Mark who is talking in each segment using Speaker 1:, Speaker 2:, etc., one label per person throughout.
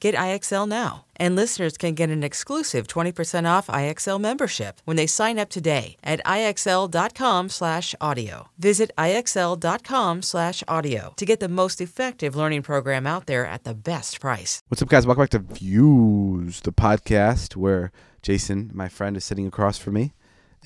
Speaker 1: Get IXL now. And listeners can get an exclusive 20% off IXL membership when they sign up today at IXL.com slash audio. Visit IXL.com slash audio to get the most effective learning program out there at the best price.
Speaker 2: What's up, guys? Welcome back to Views, the podcast where Jason, my friend, is sitting across from me,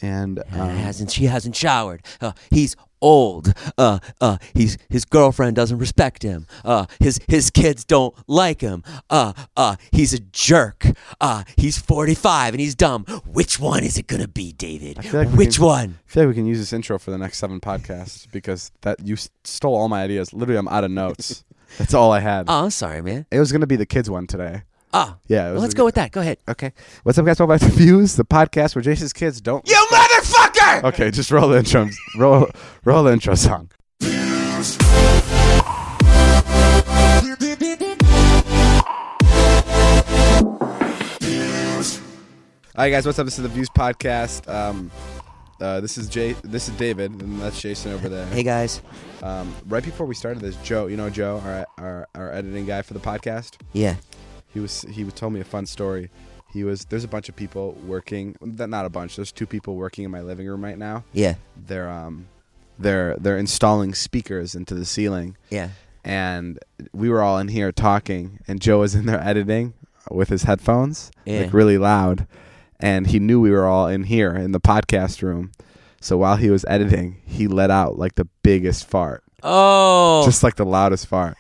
Speaker 2: and
Speaker 3: Uh,
Speaker 2: um,
Speaker 3: hasn't she hasn't showered. Uh, he's old. Uh, uh, he's his girlfriend doesn't respect him. Uh, his his kids don't like him. Uh, uh, he's a jerk. Uh, he's 45 and he's dumb. Which one is it gonna be, David?
Speaker 2: feel like we
Speaker 3: Which
Speaker 2: can-
Speaker 3: one?
Speaker 2: I feel like we can use this intro for the next seven podcasts because that you s- stole all my ideas. Literally, I'm out of notes. That's all I had.
Speaker 3: Oh, I'm sorry, man.
Speaker 2: it was gonna be the kids one today.
Speaker 3: Ah,
Speaker 2: Yeah, it
Speaker 3: well,
Speaker 2: was
Speaker 3: let's
Speaker 2: a-
Speaker 3: go with that. Go ahead.
Speaker 2: Okay. What's up, guys? Welcome back to Views, the podcast where Jason's kids don't.
Speaker 3: You motherfucker!
Speaker 2: Okay, just roll the intro. Roll, roll the intro song. All right, guys. What's up? This is the Views podcast. Um, uh, this is Jay. This is David, and that's Jason over there.
Speaker 3: Hey guys.
Speaker 2: Um, right before we started this, Joe. You know Joe, our our, our editing guy for the podcast
Speaker 3: Yeah.
Speaker 2: he was he told me a fun story he was there's a bunch of people working th- not a bunch there's two people working in my living room right now
Speaker 3: Yeah.
Speaker 2: they're um they're they're installing speakers into the ceiling
Speaker 3: Yeah.
Speaker 2: and we were all in here talking and joe was in there editing with his headphones
Speaker 3: Yeah.
Speaker 2: like really loud and he knew we were all in here in the podcast room so while he was editing he let out like the biggest fart
Speaker 3: Oh.
Speaker 2: just like the loudest fart.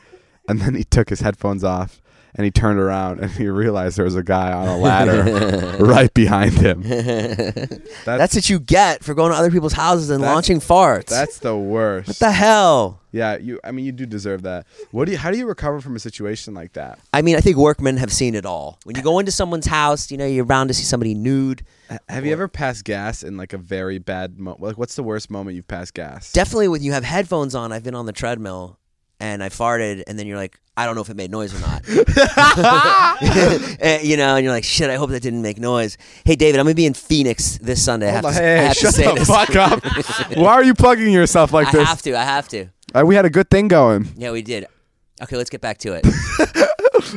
Speaker 2: And then he took his headphones off and he turned around and he realized there was a guy on a ladder right behind him. That's
Speaker 3: that's
Speaker 2: that's,
Speaker 3: what you get for going to other people's houses and
Speaker 2: That's-
Speaker 3: launching farts.
Speaker 2: the worst.
Speaker 3: what the hell?
Speaker 2: yeah, you. I mean, you do deserve that. What do you? How do you recover from a situation like that?
Speaker 3: I mean, I think workmen have seen it all. When you go into someone's house, you know, you're bound to see somebody nude.
Speaker 2: Ha- Have you ever passed gas in like a very bad moment? Like, what's the worst moment you've passed gas?
Speaker 3: Definitely when you have headphones on, I've been on the treadmill and I farted, and then you're like, I don't know if it made noise or not. And, you know, and you're like, shit, I hope that didn't make noise. Hey, David, I'm going to be in Phoenix this Sunday. I have
Speaker 2: Hold on,
Speaker 3: to,
Speaker 2: hey,
Speaker 3: I
Speaker 2: hey,
Speaker 3: have to
Speaker 2: shut
Speaker 3: say
Speaker 2: the
Speaker 3: this.
Speaker 2: fuck up! Why are you plugging yourself like
Speaker 3: I
Speaker 2: this?
Speaker 3: have to. I have to.
Speaker 2: Uh, we had a good thing going.
Speaker 3: Yeah, we did. Okay, let's get back to it.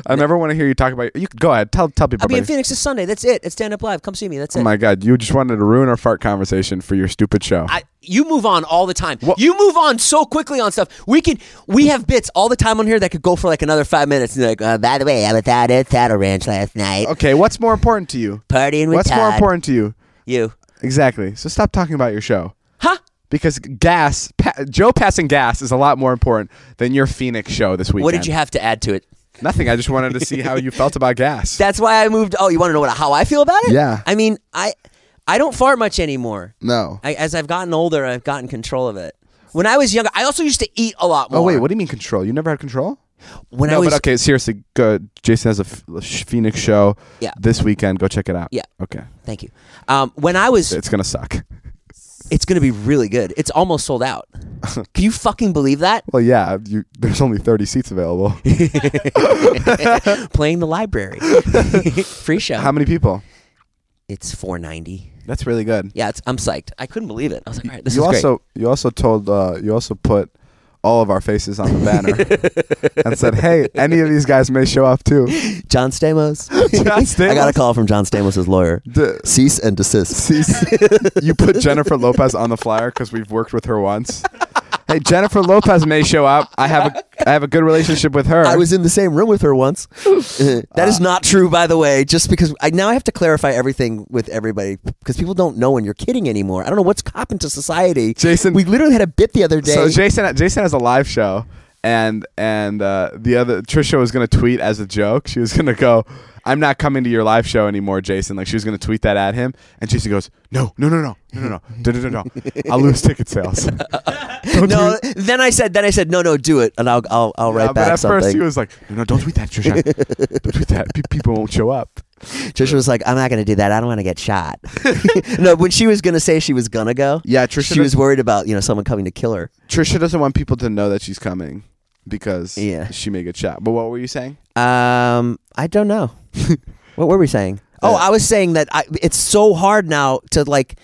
Speaker 2: I never want to hear you talk about. You go ahead. Tell tell people.
Speaker 3: I'll be in
Speaker 2: about your-
Speaker 3: Phoenix this Sunday. That's it. It's stand up live. Come see me. That's
Speaker 2: Oh
Speaker 3: it.
Speaker 2: my god, you just wanted to ruin our fart conversation for your stupid show.
Speaker 3: I, you move on all the time. You move on so quickly on stuff. We can we have bits all the time on here that could go for like another five minutes. And like, uh, by the way, I was out at Saddle Ranch last night,
Speaker 2: okay, what's more important to you?
Speaker 3: partying with
Speaker 2: What's more
Speaker 3: Todd.
Speaker 2: important to you?
Speaker 3: You,
Speaker 2: Exactly. So stop talking about your show.
Speaker 3: huh?
Speaker 2: Because gas, pa- Joe passing gas is a lot more important than your Phoenix show this weekend.
Speaker 3: What did you have to add to it?
Speaker 2: Nothing. I just wanted to see how you felt about gas.
Speaker 3: That's why I moved. Oh, you want to know what how I feel about it?
Speaker 2: Yeah.
Speaker 3: I mean, I I don't fart much anymore.
Speaker 2: no.
Speaker 3: I, as I've gotten older, I've gotten control of it. When I was younger, I also used to eat a lot more.
Speaker 2: oh wait, what do you mean control? You never had control?
Speaker 3: When I
Speaker 2: no,
Speaker 3: was
Speaker 2: but okay, seriously. Go, Jason has a F- sh- Phoenix show
Speaker 3: Yeah.
Speaker 2: this weekend. Go check it out.
Speaker 3: Yeah.
Speaker 2: Okay.
Speaker 3: thank you. Um, when I was
Speaker 2: It's gonna suck.
Speaker 3: It's gonna be really good. It's almost sold out. Can you fucking believe that?
Speaker 2: Well, yeah. You, there's only 30 seats available.
Speaker 3: Playing the library, free show.
Speaker 2: how many people?
Speaker 3: it's four ninety.
Speaker 2: That's really good.
Speaker 3: Yeah, it's, I'm psyched. I couldn't believe it. I was like, all right, this
Speaker 2: you
Speaker 3: is
Speaker 2: also you also told uh, you also put all of our faces on the banner and said, "Hey, any of these guys may show up too."
Speaker 3: great. John Stamos.
Speaker 2: John Stamos?
Speaker 3: I got a call from John Stamos' lawyer.
Speaker 2: D-
Speaker 4: cease and desist.
Speaker 2: cease- you put Jennifer Lopez on the flyer because we've worked with her once. Hey, Jennifer Lopez may show up. I have a I have a good relationship with her.
Speaker 4: I was in the same room with her once. Uh,
Speaker 3: That is not true, by the way.
Speaker 4: Just because I now I have to clarify everything with everybody because people don't know when you're kidding anymore. I don't know what's happened to society.
Speaker 2: Jason-
Speaker 4: we literally had a bit the other day.
Speaker 2: so Jason Jason has a live show and and uh, the other Trisha was gonna tweet as a joke. She was gonna go, "I'm not coming to your live show anymore, Jason." Like she was gonna tweet that at him, and Jason goes, "No, no, no, no, no, no, no, no, no, no, no. I'll lose ticket sales." Don't
Speaker 3: No,
Speaker 2: tweet-
Speaker 3: then I said, then I said, no, no, do it, and I'll, I'll, I'll write
Speaker 2: Yeah,
Speaker 3: back
Speaker 2: but at
Speaker 3: something.
Speaker 2: first he was like, "No, no, don't tweet that, Trisha. don't tweet that. Pe- people won't show up."
Speaker 3: Trisha was like, I'm not gonna do that. I don't want to get shot. no, when she was gonna say she was gonna go,
Speaker 2: Yeah, Trisha.
Speaker 3: she was worried about you know someone coming to kill her.
Speaker 2: Trisha doesn't want people to know that she's coming because
Speaker 3: Yeah.
Speaker 2: she may get shot. But what were you saying?
Speaker 3: Um, I don't know. what were we saying? Oh,
Speaker 2: Uh,
Speaker 3: I was saying that I, it's so hard now to like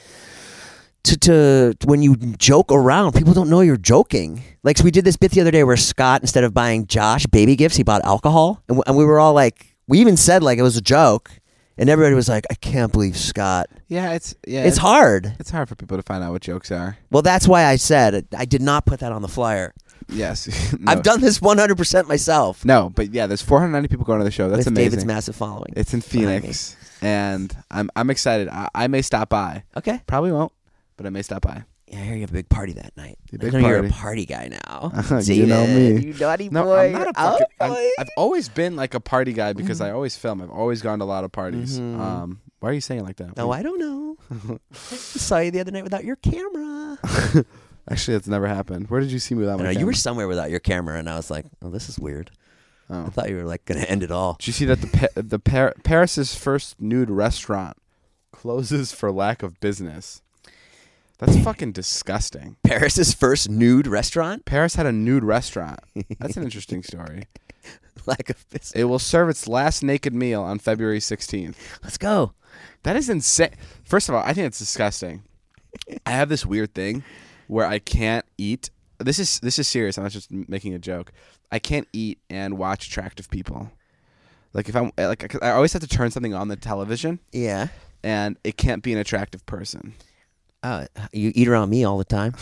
Speaker 3: to to when you joke around, people don't know you're joking. Like so we did this bit the other day where Scott, instead of buying Josh baby gifts, he bought alcohol, and, w- and we were all like, we even said like it was a joke, and everybody was like, I can't believe Scott.
Speaker 2: Yeah, it's yeah,
Speaker 3: It's hard.
Speaker 2: It's hard for people to find out what jokes are.
Speaker 3: Well, that's why I said it. I did not put that on the flyer.
Speaker 2: Yes,
Speaker 3: I've done this 100% myself
Speaker 2: No, but yeah, there's 490 people going to the show. That's
Speaker 3: with
Speaker 2: amazing.
Speaker 3: David's massive following.
Speaker 2: it's in
Speaker 3: behind me.
Speaker 2: Phoenix, and I'm I'm excited. I, I may stop by.
Speaker 3: Okay.
Speaker 2: Probably won't, but I may stop by.
Speaker 3: Yeah, I hear you have a big party that night.
Speaker 2: Yeah,
Speaker 3: I
Speaker 2: big
Speaker 3: know you're a
Speaker 2: party.
Speaker 3: party guy now.
Speaker 2: You know
Speaker 3: David,
Speaker 2: me.
Speaker 3: You naughty
Speaker 2: No,
Speaker 3: boy.
Speaker 2: I'm not a
Speaker 3: Oh,
Speaker 2: fucking. I'm,
Speaker 3: boy. Mm-hmm.
Speaker 2: I've always been like a party guy because I always film. I've always gone to a lot of parties.
Speaker 3: Mhm.
Speaker 2: Um, why are you saying it like that?
Speaker 3: no, I don't know. I saw you the other night without your camera.
Speaker 2: actually that's never happened. Where did you see me without
Speaker 3: I
Speaker 2: Oh my
Speaker 3: know, you
Speaker 2: camera?
Speaker 3: were somewhere without your camera, and I was like, oh, this is weird. I
Speaker 2: Oh.
Speaker 3: thought you were like going to end it all.
Speaker 2: Did you see that the pa- the Par- Paris's first nude restaurant closes for lack of business? That's fucking disgusting.
Speaker 3: Paris's first nude restaurant?
Speaker 2: Paris had a nude restaurant. That's an interesting story.
Speaker 3: Lack of business.
Speaker 2: It will serve its last naked meal on February 16th.
Speaker 3: Let's go.
Speaker 2: That is insane. First of all, I think it's disgusting. I have this weird thing where I can't eat. This is this is serious. I'm not just m- making a joke. I can't eat and watch attractive people. Like if I'm eh, like 'cause I always have to turn something on the television
Speaker 3: Yeah.
Speaker 2: and it can't be an attractive person.
Speaker 3: Oh, you eat around me all the time.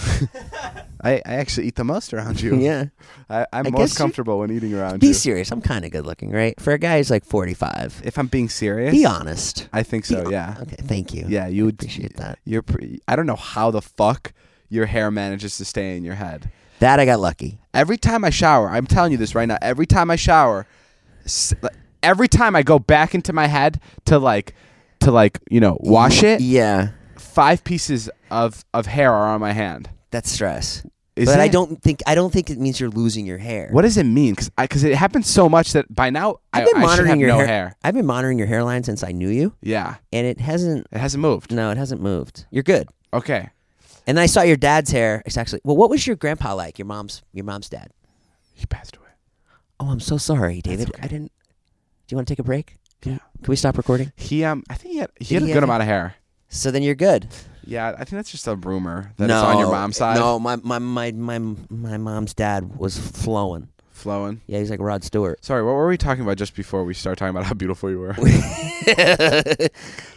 Speaker 2: I, I actually eat the most around you.
Speaker 3: yeah.
Speaker 2: I, I'm
Speaker 3: I guess
Speaker 2: most
Speaker 3: you-
Speaker 2: comfortable when eating around
Speaker 3: Be
Speaker 2: you.
Speaker 3: serious. I'm kind of good looking, right? For a guy who's like 45.
Speaker 2: if I'm being serious,
Speaker 3: Be honest.
Speaker 2: I think so. Yeah.
Speaker 3: Okay, thank you.
Speaker 2: Yeah, you would
Speaker 3: Appreciate that.
Speaker 2: You're pre- I don't know how the fuck your hair manages to stay in your head.
Speaker 3: That I got lucky.
Speaker 2: Every time I shower, I'm telling you this right now. Every time I shower, s- like, every time I go back into my head to like to like you know wash it,
Speaker 3: Yeah.
Speaker 2: five pieces of of hair are on my hand.
Speaker 3: That's stress.
Speaker 2: Is
Speaker 3: but I
Speaker 2: it?
Speaker 3: don't think I don't think it means you're losing your hair.
Speaker 2: What does it mean? Because because it happens so much that by now I,
Speaker 3: I've been
Speaker 2: I should
Speaker 3: monitoring
Speaker 2: have
Speaker 3: your
Speaker 2: no
Speaker 3: hair.
Speaker 2: hair.
Speaker 3: I've been monitoring your hairline since I knew you,
Speaker 2: Yeah,
Speaker 3: and it hasn't.
Speaker 2: it hasn't moved.
Speaker 3: No, it hasn't moved. You're good.
Speaker 2: Okay,
Speaker 3: And I saw your dad's hair. It's actually well. What was your grandpa like? Your mom's your mom's dad.
Speaker 2: he passed away.
Speaker 3: Oh, I'm so sorry, David. I didn't. Do you want to take a break? Can,
Speaker 2: Yeah.
Speaker 3: Can we stop recording?
Speaker 2: He um, I think he had he
Speaker 3: Did
Speaker 2: had a
Speaker 3: he
Speaker 2: good
Speaker 3: have-
Speaker 2: amount of hair.
Speaker 3: So then you're good.
Speaker 2: Yeah, I think that's just a rumor that
Speaker 3: no,
Speaker 2: it's on your mom's side.
Speaker 3: No, my my my my my mom's dad was flowing.
Speaker 2: Flowing.
Speaker 3: Yeah, he's like Rod Stewart.
Speaker 2: Sorry, what were we talking about just before we start talking about how beautiful you were?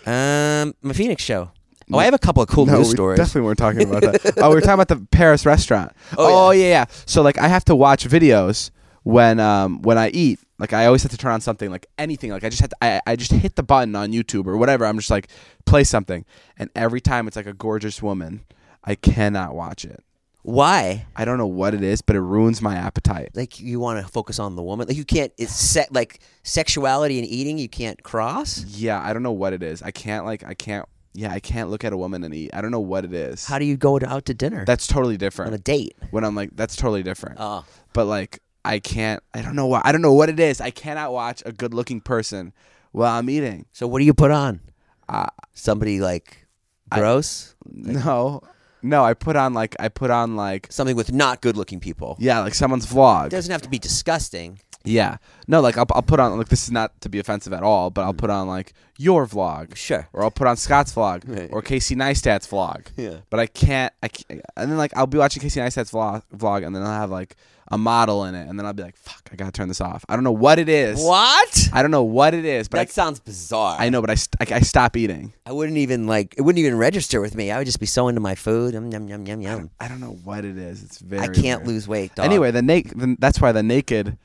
Speaker 3: um, my Phoenix show. Oh, I have a couple of cool
Speaker 2: no,
Speaker 3: news
Speaker 2: we
Speaker 3: stories.
Speaker 2: definitely weren't talking about that. oh, we were talking about the Paris restaurant.
Speaker 3: Oh,
Speaker 2: Oh, yeah. yeah, So like, I have to watch videos when um when I eat. Like, I always have to turn on something, like anything. Like, I just have to, I I just hit the button on YouTube or whatever. I'm just like play something, and every time it's like a gorgeous woman. I cannot watch it.
Speaker 3: Why?
Speaker 2: I don't know what it is, but it ruins my appetite.
Speaker 3: Like you want to focus on the woman. Like you can't. It's set like sexuality and eating. You can't cross.
Speaker 2: Yeah, I don't know what it is. I can't like I can't. Yeah, I can't look at a woman and eat. I don't know what it is.
Speaker 3: How do you go to, out to dinner
Speaker 2: That's totally
Speaker 3: on
Speaker 2: different.
Speaker 3: a date?
Speaker 2: when I'm like, that's totally different.
Speaker 3: Oh,
Speaker 2: but like, I can't. I don't know why. I don't know what it is. I cannot watch a good-looking person while I'm eating.
Speaker 3: so what do you put on?
Speaker 2: Uh,
Speaker 3: Somebody like
Speaker 2: I-
Speaker 3: gross.
Speaker 2: no, no. I put on like I put on like
Speaker 3: Something with not good-looking people.
Speaker 2: yeah, like someone's
Speaker 3: It
Speaker 2: vlog.
Speaker 3: doesn't have to be disgusting.
Speaker 2: yeah, no, like I'll, I'll put on like this is not to be offensive at all, but I'll put on like your vlog.
Speaker 3: Mm. Sure.
Speaker 2: Or I'll put on Scott's vlog
Speaker 3: Right.
Speaker 2: or Casey Neistat's vlog.
Speaker 3: Yeah.
Speaker 2: But I can't. I can't, and then like I'll be watching Casey Neistat's vlog, vlog, and then I'll have like a model in it, and then I'll be like, "Fuck, I gotta turn this off." I don't know what it is.
Speaker 3: What?
Speaker 2: I don't know what it is, but I
Speaker 3: that sounds bizarre.
Speaker 2: I know, but I, st- I, I stop eating.
Speaker 3: I wouldn't even like. It wouldn't even register with me. I would just be so into my food. Yum yum yum yum yum.
Speaker 2: I don't know what it is. It's very.
Speaker 3: I can't
Speaker 2: weird.
Speaker 3: lose weight. Dog.
Speaker 2: Anyway, the naked. The, that's why the naked,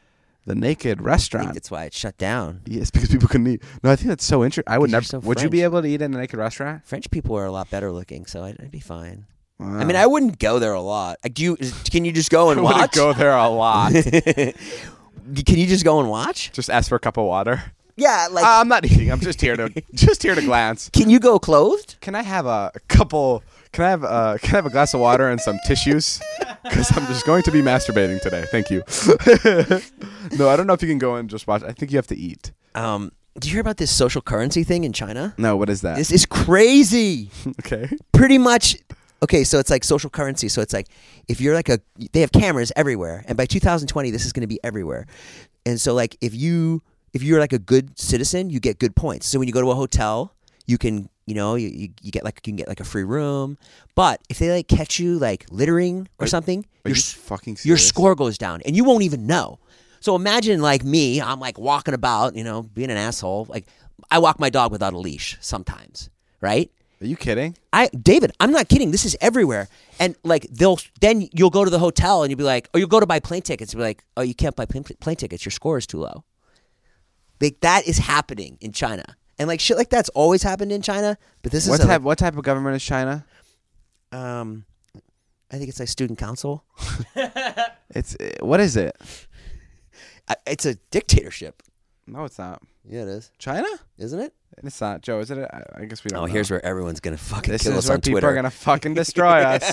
Speaker 2: the naked
Speaker 3: I think
Speaker 2: restaurant.
Speaker 3: that's why it shut down.
Speaker 2: Yes, because people couldn't eat. No, I think that's so interesting. I would never.
Speaker 3: Because you're so
Speaker 2: would you be
Speaker 3: French.
Speaker 2: able to eat in a naked restaurant?
Speaker 3: French people are a lot better looking, so I'd, I'd be fine. I mean, I wouldn't go there a lot. Like, do you? is- Can you just go and
Speaker 2: Uh. I wouldn't
Speaker 3: watch?
Speaker 2: go there a lot.
Speaker 3: Can you just go and watch?
Speaker 2: just ask for a cup of water.
Speaker 3: Yeah, like,
Speaker 2: Uh, I'm not eating. I'm just here to just here to glance.
Speaker 3: can you go clothed?
Speaker 2: Can I have a couple? Can I have uh, can I have a glass of water and some tissues? Because I'm just going to be masturbating today. Thank you. no, I don't know if you can go and just watch. I think you have to eat.
Speaker 3: Um, do you hear about this social currency thing in China?
Speaker 2: No, what is that?
Speaker 3: This is crazy.
Speaker 2: okay.
Speaker 3: pretty much okay so it's like social currency so it's like if you're like a they have cameras everywhere and by 2020 this is going to be everywhere and so like if you if you're like a good citizen you get good points so when you go to a hotel you can you know you, you, you get like you can get like a free room but if they like catch you like littering or something
Speaker 2: Are
Speaker 3: you're
Speaker 2: you
Speaker 3: s-
Speaker 2: fucking serious?
Speaker 3: your score goes down and you won't even know. So imagine like me, I'm like walking about, you know, being an asshole. Like I walk my dog without a leash sometimes, right?
Speaker 2: Are you kidding?
Speaker 3: I David, I'm not kidding. This is everywhere. And like they'll then you'll go to the hotel and you'll be like, or you'll go to buy plane tickets and be like, oh, you can't buy plane, plane tickets. Your score is too low. Like that is happening in China. And like shit like that's always happened in China, but this
Speaker 2: What
Speaker 3: is a,
Speaker 2: type? What type of government is China?
Speaker 3: um I think it's like student council.
Speaker 2: It's uh, what is it?
Speaker 3: I- It's a dictatorship.
Speaker 2: No, it's not
Speaker 3: Yeah, it is.
Speaker 2: China.
Speaker 3: Isn't it?
Speaker 2: It's not Joe. Is it? I, I guess we don't.
Speaker 3: Oh,
Speaker 2: know.
Speaker 3: here's where everyone's gonna fucking
Speaker 2: this
Speaker 3: kill
Speaker 2: is
Speaker 3: us
Speaker 2: where
Speaker 3: on
Speaker 2: people
Speaker 3: Twitter.
Speaker 2: are gonna fucking destroy us.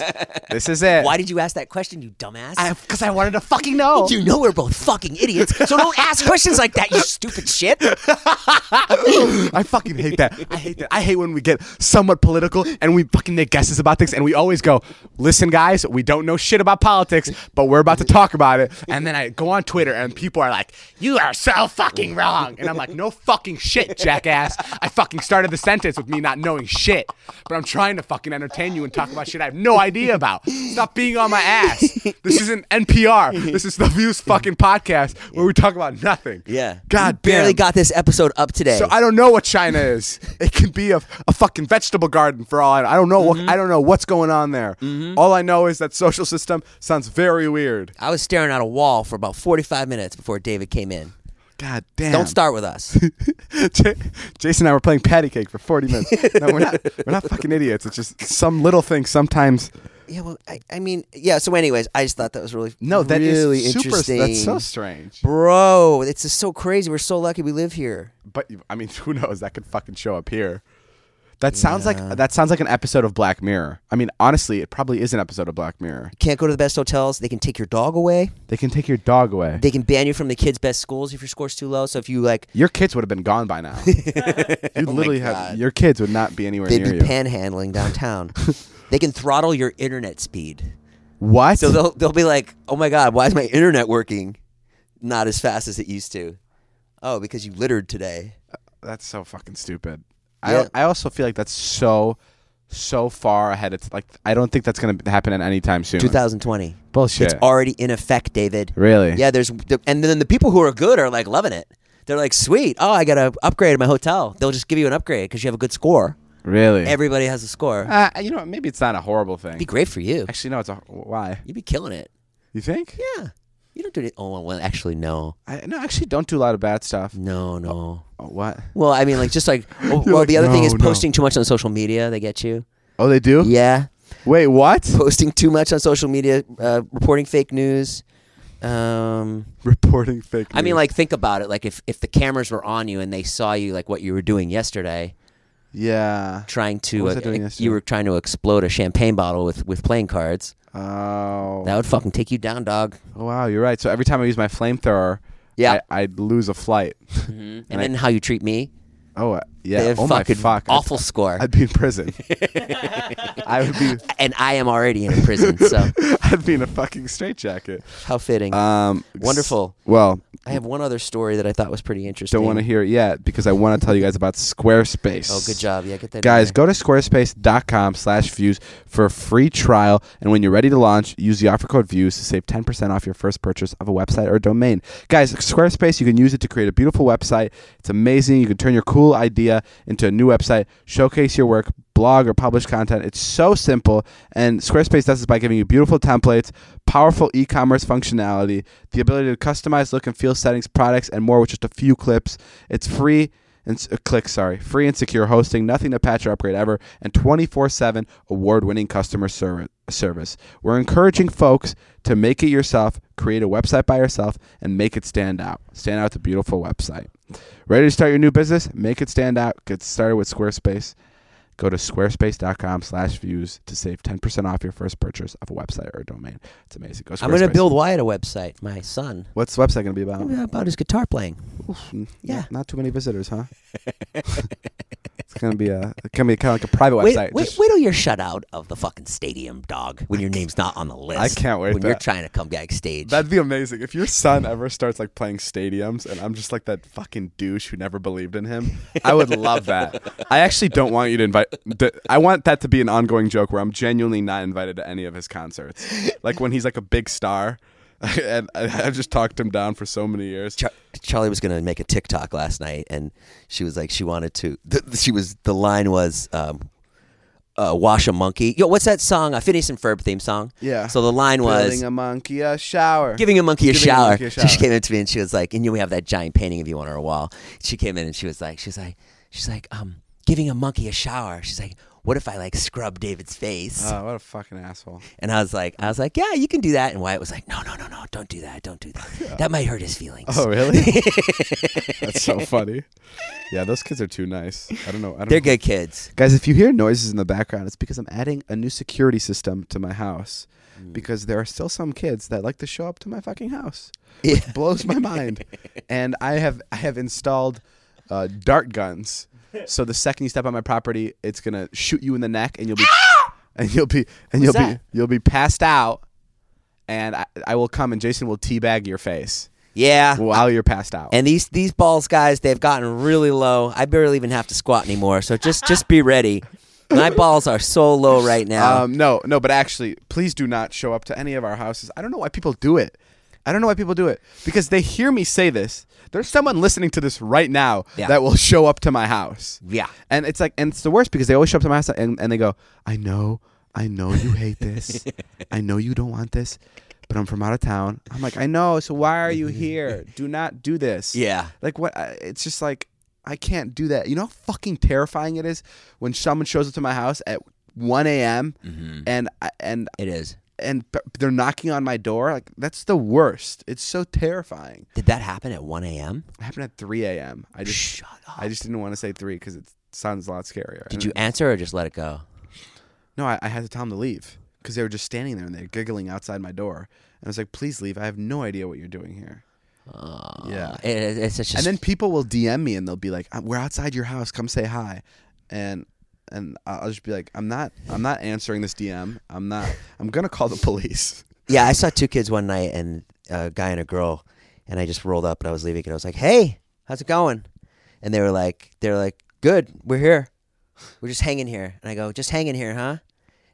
Speaker 2: this is it.
Speaker 3: Why did you ask that question, you dumbass?
Speaker 2: Because I, wanted to fucking know.
Speaker 3: you know we're both fucking idiots, so don't ask questions like that, you stupid shit.
Speaker 2: I fucking hate that. I hate that. I hate when we get somewhat political and we fucking make guesses about things and we always go, listen, guys, we don't know shit about politics, but we're about to talk about it. And then I go on Twitter and people are like, you are so fucking wrong. And I'm like, no fucking shit, jackass. I fucking started the sentence with me not knowing shit, but I'm trying to fucking entertain you and talk about shit I have no idea about. Stop being on my ass. This isn't NPR. This is the Views fucking podcast where we talk about nothing.
Speaker 3: Yeah.
Speaker 2: God
Speaker 3: we barely
Speaker 2: damn.
Speaker 3: got this episode up today.
Speaker 2: So I don't know what China is. It can be a, a fucking vegetable garden for all I know. I don't know. What, I don't know what's going on there.
Speaker 3: Mm-hmm.
Speaker 2: All I know is that social system sounds very weird.
Speaker 3: I was staring at a wall for about 45 minutes before David came in.
Speaker 2: God damn.
Speaker 3: Don't start with us.
Speaker 2: J- Jason and I were playing patty cake for 40 minutes. No, we're not. We're not fucking idiots. It's just some little thing sometimes.
Speaker 3: yeah, well, I, I mean, yeah, so anyways, I just thought that was really
Speaker 2: No, that is
Speaker 3: really
Speaker 2: super.
Speaker 3: interesting.
Speaker 2: That's so strange.
Speaker 3: Bro, it's just so crazy. We're so lucky we live here.
Speaker 2: But you- I mean, who knows? That could fucking show up here. That sounds like that sounds like an episode of Black Mirror. I mean, honestly, it probably is an episode of Black Mirror.
Speaker 3: Can't go to the best hotels. They can take your dog away.
Speaker 2: They can take your dog away.
Speaker 3: They can ban you from the kids' best schools if your score's too low. So if you like
Speaker 2: Your kids would have been gone by now. you literally have your kids would not be anywhere
Speaker 3: They'd
Speaker 2: near
Speaker 3: be
Speaker 2: you.
Speaker 3: panhandling downtown. they can throttle your internet speed.
Speaker 2: what?
Speaker 3: So they'll they'll be like, "Oh my god, why is my internet working not as fast as it used to?" Oh, because you littered today.
Speaker 2: that's so fucking stupid.
Speaker 3: Yeah.
Speaker 2: I I also feel like that's so so far ahead. It's like I don't think that's gonna happen at any time soon.
Speaker 3: 2020.
Speaker 2: Bullshit.
Speaker 3: It's already in effect, David.
Speaker 2: really?
Speaker 3: Yeah, there's and then the people who are good are like loving it. They're like, "Sweet. Oh, I got to upgrade my hotel." They'll just give you an upgrade cuz you have a good score.
Speaker 2: Really.
Speaker 3: Everybody has a score. It'd
Speaker 2: uh, you know what? Maybe it's not a horrible thing.
Speaker 3: be great for you.
Speaker 2: Actually, no. It's a why.
Speaker 3: You'd be killing it.
Speaker 2: You think?
Speaker 3: Yeah. You don't do it. Oh, well, actually no.
Speaker 2: I, no, actually, don't do a lot of bad stuff.
Speaker 3: No, no.
Speaker 2: Oh, what?
Speaker 3: Well, I mean, like just like oh,
Speaker 2: You're
Speaker 3: well,
Speaker 2: like,
Speaker 3: the other thing
Speaker 2: "No,
Speaker 3: is
Speaker 2: no."
Speaker 3: posting too much on social media. They get you.
Speaker 2: Oh, they do.
Speaker 3: Yeah,
Speaker 2: Wait, what?
Speaker 3: posting too much on social media, uh, reporting fake news. Um,
Speaker 2: Reporting fake.
Speaker 3: I mean,
Speaker 2: news.
Speaker 3: like think about it. Like if if the cameras were on you and they saw you, like what you were doing yesterday,
Speaker 2: Yeah.
Speaker 3: trying to
Speaker 2: What was
Speaker 3: uh,
Speaker 2: I doing
Speaker 3: uh,
Speaker 2: yesterday?
Speaker 3: you were trying to explode a champagne bottle with with playing cards.
Speaker 2: Oh.
Speaker 3: That would fucking take you down, dog.
Speaker 2: Oh, wow, you're right. So every time I use my flamethrower,
Speaker 3: Yeah.
Speaker 2: I, I'd lose a flight.
Speaker 3: Mm-hmm. And,
Speaker 2: And I-
Speaker 3: then how you treat me?
Speaker 2: Oh, uh,
Speaker 3: they
Speaker 2: yeah.
Speaker 3: have
Speaker 2: Oh my
Speaker 3: fucking
Speaker 2: fuck. I'd-
Speaker 3: awful score.
Speaker 2: I'd, be in prison. I would be.
Speaker 3: and I am already in prison, so
Speaker 2: I'd be in a fucking straitjacket.
Speaker 3: how fitting.
Speaker 2: Um,
Speaker 3: Wonderful.
Speaker 2: s- Well,
Speaker 3: I have one other story that I thought was pretty interesting.
Speaker 2: don't want to hear it yet because I want to tell you guys about Squarespace.
Speaker 3: Oh, good job. Yeah, get that. in
Speaker 2: Guys, go
Speaker 3: there.
Speaker 2: to squarespace.com slash views for a free trial. And when you're ready to launch, use the offer code views to save 10% off your first purchase of a website or domain. Guys, Squarespace, you can use it to create a beautiful website. It's amazing. You can turn your cool idea into a new website, showcase your work, blog, or publish content. It's so simple. And Squarespace does this by giving you beautiful templates, powerful e commerce functionality, the ability to customize look and feel settings, products, and more with just a few clips. It's free and s- uh, click, sorry, free and secure hosting, nothing to patch or upgrade ever, and 24/7 award-winning customer serv- service. We're encouraging folks to make it yourself, create a website by yourself, and make it stand out. Stand out with a beautiful website. Ready to start your new business? Make it stand out. Get started with Squarespace. Go to squarespace.com slash views to save 10% off your first purchase of a website or domain. It's amazing. Go
Speaker 3: I'm going to
Speaker 2: Squarespace.
Speaker 3: build Wyatt a website, my son,
Speaker 2: What's the website going to be about?
Speaker 3: about his guitar playing.
Speaker 2: Mm,
Speaker 3: Yeah.
Speaker 2: not- Not too many visitors, huh? it's gonna be a it's gonna be kind of like a private
Speaker 3: Wait,
Speaker 2: website.
Speaker 3: wait,
Speaker 2: Just-
Speaker 3: wait till you're shut out of the fucking stadium, dog, when your name's not on the list.
Speaker 2: I can't wait
Speaker 3: When you're
Speaker 2: that-
Speaker 3: trying to come backstage.
Speaker 2: That'd be amazing if your son ever starts like playing stadiums, and I'm just like that fucking douche who never believed in him. I would love that. I actually don't want you to invite. th- I want that to be an ongoing joke where I'm genuinely not invited to any of his concerts. Like when he's like a big star, and I- I've just talked him down for so many years.
Speaker 3: Char- Charlie was going to make a TikTok last night, and she was like, she wanted to. Th- she was the line was, um, uh, "Wash a monkey." Yo, what's that song? A Phineas and Ferb theme song.
Speaker 2: Yeah.
Speaker 3: So the line was
Speaker 2: Building a monkey a shower.
Speaker 3: giving a monkey a
Speaker 2: Giving a
Speaker 3: shower.
Speaker 2: monkey a
Speaker 3: So she
Speaker 2: shower.
Speaker 3: came up to me and she was like, and you know, we have that giant painting of you on our wall. She came in and she was like, she's like, she's like, um, giving a monkey a shower. She's like, what if I like scrub David's face?
Speaker 2: Oh, what a fucking asshole.
Speaker 3: And I was like, I was like, yeah, you can do that. And Wyatt was like, no, no, no, no, don't do that, don't do that. That might hurt his feelings.
Speaker 2: Oh, really? That's so funny. Yeah, those kids are too nice. I don't know. I don't
Speaker 3: They're
Speaker 2: know.
Speaker 3: good kids.
Speaker 2: Guys, if you hear noises in the background, it's because I'm adding a new security system to my house because there are still some kids that like to show up to my fucking house. Which
Speaker 3: Yeah.
Speaker 2: blows my mind. And I have I have installed uh, dart guns. So the second you step on my property, it's going to shoot you in the neck and you'll be and you'll be and you'll be
Speaker 3: that?
Speaker 2: you'll be passed out and I, I will come and Jason will teabag your face
Speaker 3: Yeah.
Speaker 2: while you're passed out.
Speaker 3: And these these balls, guys, they've gotten really low. I barely even have to squat anymore. So just just be ready. My balls are so low right now.
Speaker 2: Um, no, no, but actually, please do not show up to any of our houses. I don't know why people do it. I don't know why people do it because they hear me say this. There's someone listening to this right now
Speaker 3: Yeah.
Speaker 2: that will show up to my house.
Speaker 3: Yeah.
Speaker 2: And it's like, and it's the worst because they always show up to my house and, and they go, I know, I know you hate this. I know you don't want this, but I'm from out of town. I'm like, I know. So why are you here? Do not do this.
Speaker 3: yeah.
Speaker 2: Like what? I- It's just like I can't do that. You know how fucking terrifying it is when someone shows up to my house at 1 a.m.
Speaker 3: Mm-hmm.
Speaker 2: and I- and
Speaker 3: It is.
Speaker 2: and p- they're knocking on my door. Like that's the worst. It's so terrifying.
Speaker 3: Did that happen at 1 a.m.?
Speaker 2: It happened at 3 a.m. I just
Speaker 3: Shut up.
Speaker 2: I just didn't want to say three because it sounds a lot scarier.
Speaker 3: Did
Speaker 2: And-
Speaker 3: you answer or just let it go?
Speaker 2: No, I, I had to tell them to leave because they were just standing there and they're giggling outside my door. And I was like, please leave. I have no idea what you're doing here. yeah.
Speaker 3: It, it- it's just.
Speaker 2: and then people will DM me and they'll be like, "Uh, "We're outside your house. Come say hi," and and I- I'll just be like, "I'm not. I'm not answering this DM. I'm not. I'm gonna call the police."
Speaker 3: yeah, I saw two kids one night and a guy and a girl, and I just rolled up and I was leaving and I was like, "Hey, how's it going?" And they were like, "They're like, good. We're here. We're just hanging here." And I go, "Just hanging here, huh?"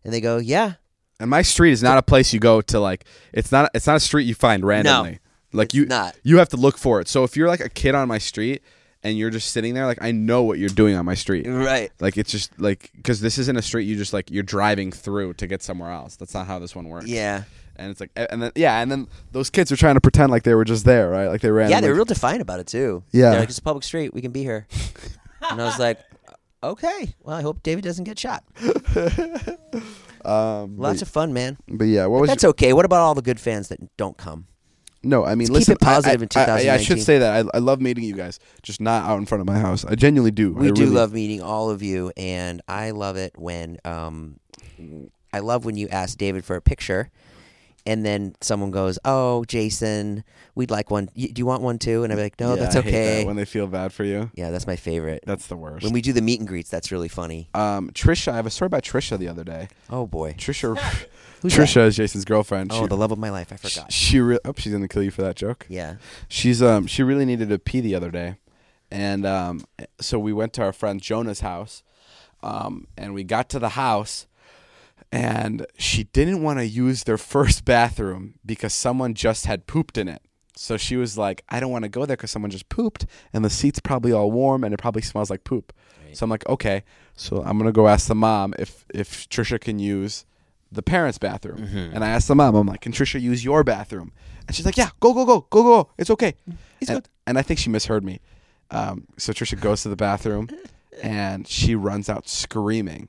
Speaker 3: And they go, "Yeah."
Speaker 2: And my street is not a place you go to like. It's not. It's not a street you find randomly. like
Speaker 3: it's
Speaker 2: you.
Speaker 3: not.
Speaker 2: You have to look for it. So if you're like a kid on my street and you're just sitting there, like I know what you're doing on my street.
Speaker 3: Right.
Speaker 2: Like it's just like because this isn't a street you just like you're driving through to get somewhere else. That's not how this one works.
Speaker 3: Yeah.
Speaker 2: And it's like and then yeah and then those kids are trying to pretend like they were just there right like they ran.
Speaker 3: Yeah,
Speaker 2: like,
Speaker 3: they're real defiant about it too.
Speaker 2: Yeah.
Speaker 3: They're like, it's a public street. We can be here. and I was like, okay. Well, I hope David doesn't get shot.
Speaker 2: Um,
Speaker 3: Lots of fun, man.
Speaker 2: But yeah, what was
Speaker 3: That's okay. What about all the good fans that don't come?
Speaker 2: no? I mean,
Speaker 3: keep
Speaker 2: listen,
Speaker 3: it positive in
Speaker 2: I, I, I, yeah, I should
Speaker 3: 2019.
Speaker 2: say that I, I love meeting you guys, just not out in front of my house. I genuinely do.
Speaker 3: We
Speaker 2: I
Speaker 3: do
Speaker 2: really-
Speaker 3: love meeting all of you, and I love it when um, I love when you ask David for a picture, and then someone goes, "Oh, Jason, we'd like one. Y- Do you want one too?" And I'm like, "No,
Speaker 2: Yeah,
Speaker 3: oh, that's
Speaker 2: I hate that
Speaker 3: okay."
Speaker 2: when they feel bad for you,
Speaker 3: yeah, that's my favorite.
Speaker 2: that's the worst.
Speaker 3: when we do the meet and greets, that's really funny.
Speaker 2: um, Trisha, I have a story about Trisha the other day.
Speaker 3: Oh boy.
Speaker 2: Trisha,
Speaker 3: Who's that?
Speaker 2: Trisha is Jason's girlfriend.
Speaker 3: Oh,
Speaker 2: she,
Speaker 3: the love of my life. I forgot.
Speaker 2: She re- oh, she's gonna kill you for that joke.
Speaker 3: yeah.
Speaker 2: She's um she really needed to pee the other day, and um so we went to our friend Jonah's house, um and we got to the house, and she didn't want to use their first bathroom because someone just had pooped in it. So she was like, I don't want to go there because someone just pooped, and the seat's probably all warm and it probably smells like poop. So I'm like, okay, so I'm gonna go ask the mom if if Trisha can use the parents' bathroom. And I asked the mom, I'm like, can Trisha use your bathroom? And she's like, yeah, go, go, go, go, go. It's okay. and, and I think she misheard me. Um, so Trisha goes to the bathroom and she runs out screaming.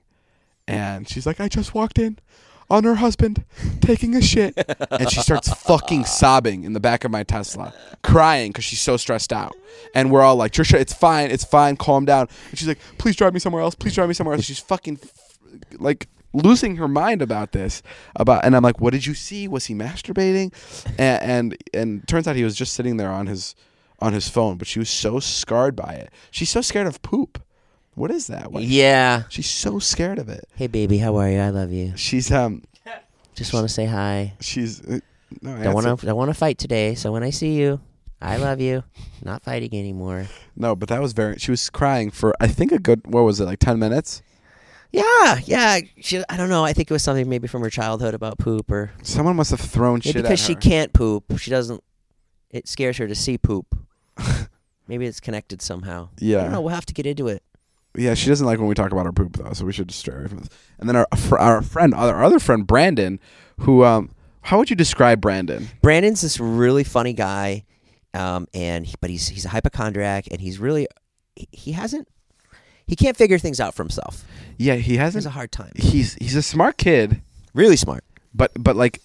Speaker 2: And she's like, I just walked in on her husband taking a shit. and she starts fucking sobbing in the back of my Tesla, crying because she's so stressed out. And we're all like, Trisha, it's fine. It's fine. Calm down. And she's like, please drive me somewhere else. Please drive me somewhere else. She's fucking f- like losing her mind about this about and i'm like what did you see was he masturbating and and, and turns out he was just sitting there on his on his phone but she was so scarred by it she's so scared of poop what is that What-
Speaker 3: Yeah.
Speaker 2: she's so scared of it
Speaker 3: Hey, baby, how are you? I love you.
Speaker 2: she's um
Speaker 3: Just want to say hi.
Speaker 2: she's uh, no I
Speaker 3: Don't
Speaker 2: answered-
Speaker 3: want to. Don't want to fight today. So when I see you, I love you. Not fighting anymore.
Speaker 2: no but that was very she was crying for i think a good what was it like 10 minutes
Speaker 3: Yeah, yeah. She, I don't know. I think it was something maybe from her childhood about poop or
Speaker 2: someone must have thrown
Speaker 3: maybe
Speaker 2: shit
Speaker 3: because
Speaker 2: at
Speaker 3: she
Speaker 2: her.
Speaker 3: can't poop. She doesn't. It scares her to see poop. maybe it's connected somehow. I don't
Speaker 2: yeah
Speaker 3: know. We'll have to get into it.
Speaker 2: Yeah, she doesn't like when we talk about her poop though, so we should just stray away from this. And then our fr- our friend, our other friend Brandon, who um, how would you describe Brandon?
Speaker 3: Brandon's this really funny guy, um, and he, but he's he's a hypochondriac, and he's really he, he hasn't he can't figure things out for himself.
Speaker 2: Yeah, he
Speaker 3: He has
Speaker 2: hasn't.
Speaker 3: a hard time.
Speaker 2: He's he's a smart kid,
Speaker 3: Really smart.
Speaker 2: but but like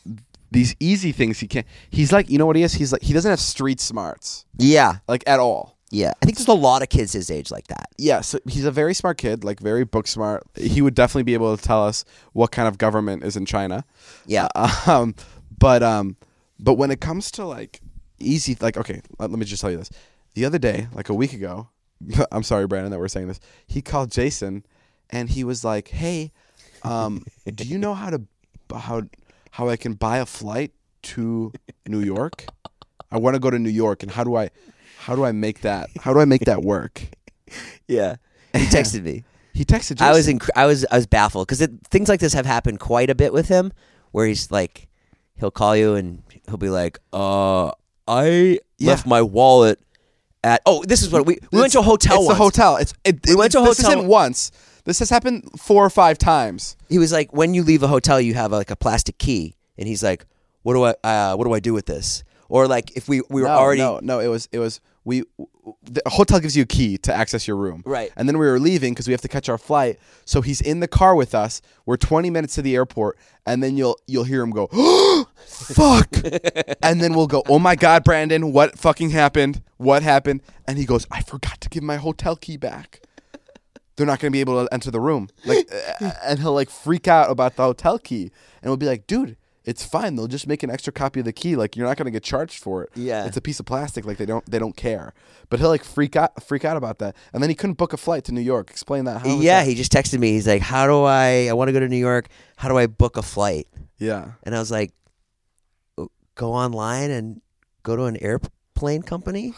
Speaker 2: these easy things he can't. He's like you know what he is. He's like he doesn't have street smarts
Speaker 3: Yeah,
Speaker 2: like at all.
Speaker 3: yeah. I think there's a lot of kids his age like that.
Speaker 2: Yeah, so he's a very smart kid, like very book smart. He would definitely be able to tell us what kind of government is in China.
Speaker 3: Yeah.
Speaker 2: um, but um, but when it comes to like easy, like okay, let, let me just tell you this. The other day, like a week ago, I'm sorry, Brandon, that we're saying this. He called Jason, and he was like, "Hey, um, do you know how to how how I can buy a flight to New York? I want to go to New York, and how do I how do I make that how do I make that work?"
Speaker 3: Yeah, he texted me.
Speaker 2: He texted. Jason.
Speaker 3: I was in, I was I was baffled because things like this have happened quite a bit with him, where he's like, he'll call you and he'll be like, "Uh, I left my wallet at oh, this is what we we went to a hotel.
Speaker 2: It's
Speaker 3: once.
Speaker 2: the hotel. It's it,
Speaker 3: We
Speaker 2: it-
Speaker 3: went to a
Speaker 2: this
Speaker 3: hotel-
Speaker 2: isn't once. This has happened four or five times.
Speaker 3: He was like, when you leave a hotel, you have like a plastic key, and he's like, what do I uh, what do I do with this? Or like if we we were
Speaker 2: no,
Speaker 3: already
Speaker 2: no, no. It was it was we. The hotel gives you a key to access your room,
Speaker 3: Right.
Speaker 2: And then we were leaving because we have to catch our flight. So he's in the car with us. We're 20 minutes to the airport, and then you'll you'll hear him go, "Fuck!" and then we'll go, "Oh my god, Brandon, what fucking happened? What happened?" And he goes, "I forgot to give my hotel key back." they're not going to be able to enter the room. Like, uh, and he'll like freak out about the hotel key, and we'll be like, dude, it's fine. They'll just make an extra copy of the key. Like, you're not going to get charged for it.
Speaker 3: Yeah.
Speaker 2: it's a piece of plastic. Like they don't they don't care. But he'll like freak out freak out about that, and then he couldn't book a flight to New York. Explain that. How is
Speaker 3: yeah,
Speaker 2: that-
Speaker 3: he just texted me. He's like, how do I I want to go to New York? How do I book a flight?
Speaker 2: yeah.
Speaker 3: And I was like, go online and go to an airplane company.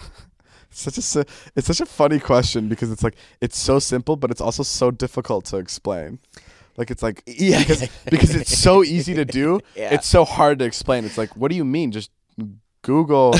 Speaker 2: Such a si- it's such a funny question because it's like it's so simple, but it's also so difficult to explain. Like it's like yeah, because, because it's so easy to do.
Speaker 3: Yeah.
Speaker 2: It's so hard to explain. It's like what do you mean? Just Google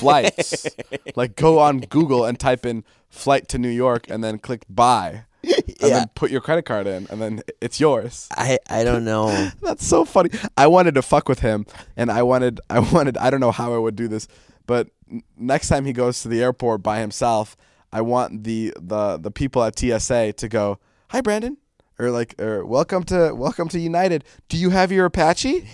Speaker 2: flights. like go on Google and type in flight to New York and then click buy. And
Speaker 3: Yeah.
Speaker 2: then put your credit card in and then it's yours.
Speaker 3: I I don't know.
Speaker 2: That's so funny. I wanted to fuck with him, and I wanted, I wanted, I don't know how I would do this, but n- next time he goes to the airport by himself, I want the the the people at TSA to go, "Hi, Brandon," or like, or "Welcome to welcome to United. Do you have your Apache?"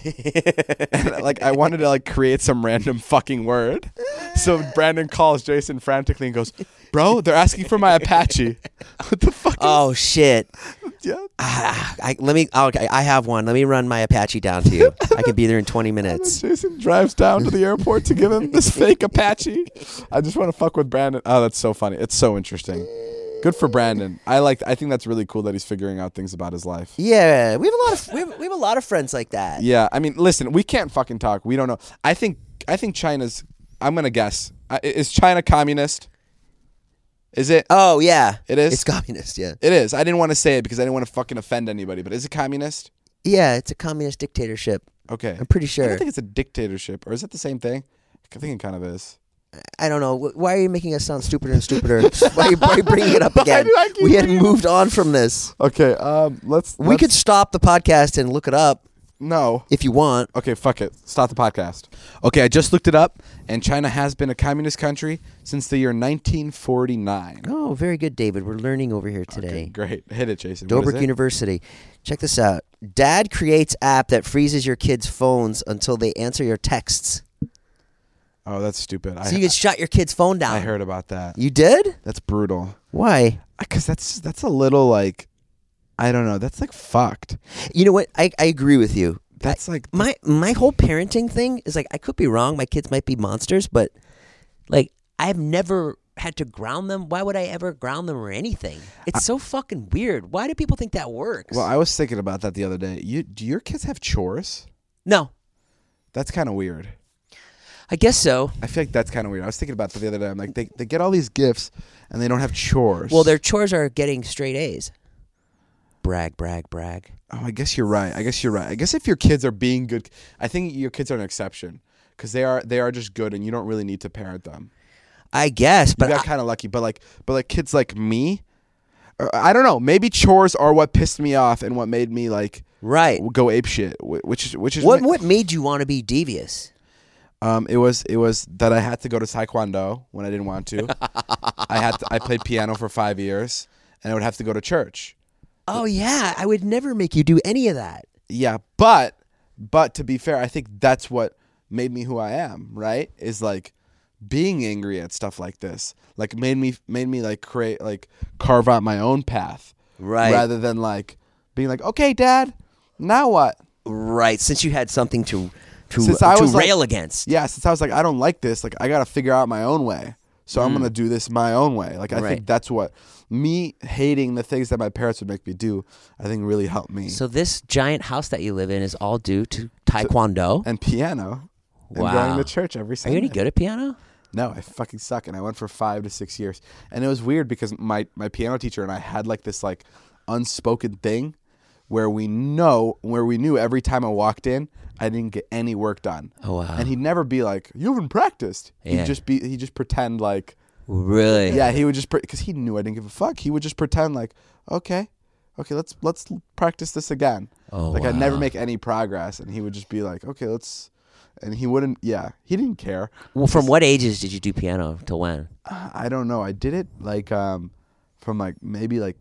Speaker 2: and, like, I wanted to like create some random fucking word. So Brandon calls Jason frantically and goes, "Bro, they're asking for my Apache. what the fuck?" is-
Speaker 3: oh shit.
Speaker 2: yeah.
Speaker 3: Ah, I, let me. Okay, I have one. Let me run my Apache down to you. I can be there in 20 minutes.
Speaker 2: Jason drives down to the airport to give him this fake Apache. I just want to fuck with Brandon. Oh, that's so funny. It's so interesting. Good for Brandon. I like. I think that's really cool that he's figuring out things about his life.
Speaker 3: Yeah, we have a lot of we have, we have a lot of friends like that.
Speaker 2: Yeah. I mean, listen, we can't fucking talk. We don't know. I think. I think China's. I'm gonna guess. I- Is China communist? Is it?
Speaker 3: Oh yeah,
Speaker 2: It is?
Speaker 3: It's communist. Yeah,
Speaker 2: It is. I didn't want to say it because I didn't want to fucking offend anybody. But is it communist?
Speaker 3: yeah. It's a communist dictatorship.
Speaker 2: Okay.
Speaker 3: I'm pretty
Speaker 2: I
Speaker 3: sure. I,
Speaker 2: don't think it's a dictatorship, or is it the same thing? I think it kind of is.
Speaker 3: don't know. Wh- Why are you making us sound stupider and stupider? why, are you, why are you bringing it up again?
Speaker 2: do I keep
Speaker 3: We had
Speaker 2: bringing it
Speaker 3: moved on from this.
Speaker 2: Okay. Um. Let's.
Speaker 3: We could stop the podcast and look it up.
Speaker 2: No.
Speaker 3: if you want.
Speaker 2: Okay, fuck it. Stop the podcast. Okay, I just looked it up, and China has been a communist country since the year 1949.
Speaker 3: Oh, very good, David. We're learning over here today.
Speaker 2: Okay, great. Hit it, Jason. What is
Speaker 3: Dobrik
Speaker 2: it?
Speaker 3: University. Check this out. Dad creates app that freezes your kids' phones until they answer your texts.
Speaker 2: Oh, that's stupid. I,
Speaker 3: So you can shut your kid's phone down.
Speaker 2: I heard about that.
Speaker 3: You did?
Speaker 2: That's brutal.
Speaker 3: Why?
Speaker 2: Because that's that's a little like, I don't know. That's like fucked.
Speaker 3: You know what? I, I agree with you.
Speaker 2: That's like
Speaker 3: My my whole parenting thing is like I could be wrong. My kids might be monsters, but like I've never had to ground them. Why would I ever ground them or anything? It's so fucking weird. Why do people think that works?
Speaker 2: Well, I was thinking about that the other day. You do your kids have chores?
Speaker 3: no,
Speaker 2: That's kind of weird.
Speaker 3: I guess so.
Speaker 2: I feel like that's kind of weird. I was thinking about that the other day. I'm like, they, they get all these gifts and they don't have chores.
Speaker 3: Well, their chores are getting straight A's. Brag, brag, brag.
Speaker 2: Oh, I guess you're right. I guess you're right. I guess if your kids are being good, I think your kids are an exception because they are they are just good and you don't really need to parent them.
Speaker 3: I guess,
Speaker 2: You
Speaker 3: but
Speaker 2: got
Speaker 3: I-
Speaker 2: kind of lucky, but like but like kids like me, or, I don't know. Maybe chores are what pissed me off and what made me like
Speaker 3: right.
Speaker 2: go apeshit. shit. Which is which is
Speaker 3: What
Speaker 2: ma-
Speaker 3: what made you want to be devious?
Speaker 2: Um, it was it was that I had to go to taekwondo when I didn't want to. I had to, I played piano for five years, and I would have to go to church.
Speaker 3: Oh yeah, I would never make you do any of that.
Speaker 2: Yeah, but but to be fair, I think that's what made me who I am. Right? Is like being angry at stuff like this. Like made me made me like create like carve out my own path.
Speaker 3: Right.
Speaker 2: Rather than like being like, okay, dad, now what?
Speaker 3: Right, since you had something to to,
Speaker 2: Since
Speaker 3: to
Speaker 2: I was, like-
Speaker 3: rail against.
Speaker 2: yeah, since I was like, I don't like this, like I gotta figure out my own way. So I'm gonna do this my own way. Like I
Speaker 3: Mm. Right.
Speaker 2: think that's what me hating the things that my parents would make me do, I think really helped me.
Speaker 3: So this giant house that you live in is all due to taekwondo.
Speaker 2: and piano. And
Speaker 3: Wow.
Speaker 2: going to church every
Speaker 3: Are you
Speaker 2: Sunday.
Speaker 3: any good at piano?
Speaker 2: No, I fucking suck. And I went for five to six years. And it was weird because my, my piano teacher and I had like this like unspoken thing where we know where we knew every time I walked in, I didn't get any work done.
Speaker 3: Oh, wow.
Speaker 2: And he'd never be like, You haven't practiced.
Speaker 3: Yeah.
Speaker 2: He'd just be he'd just pretend like
Speaker 3: Really?
Speaker 2: Yeah, he would just because he knew I didn't give a fuck. He would just pretend like, okay, okay, let's let's practice this again.
Speaker 3: Oh,
Speaker 2: like I'd never make any progress, and he would just be like, okay, let's, and he wouldn't. Yeah, he didn't care.
Speaker 3: Well, from what ages did you do piano till when?
Speaker 2: Uh, I don't know. I did it like um, from like maybe like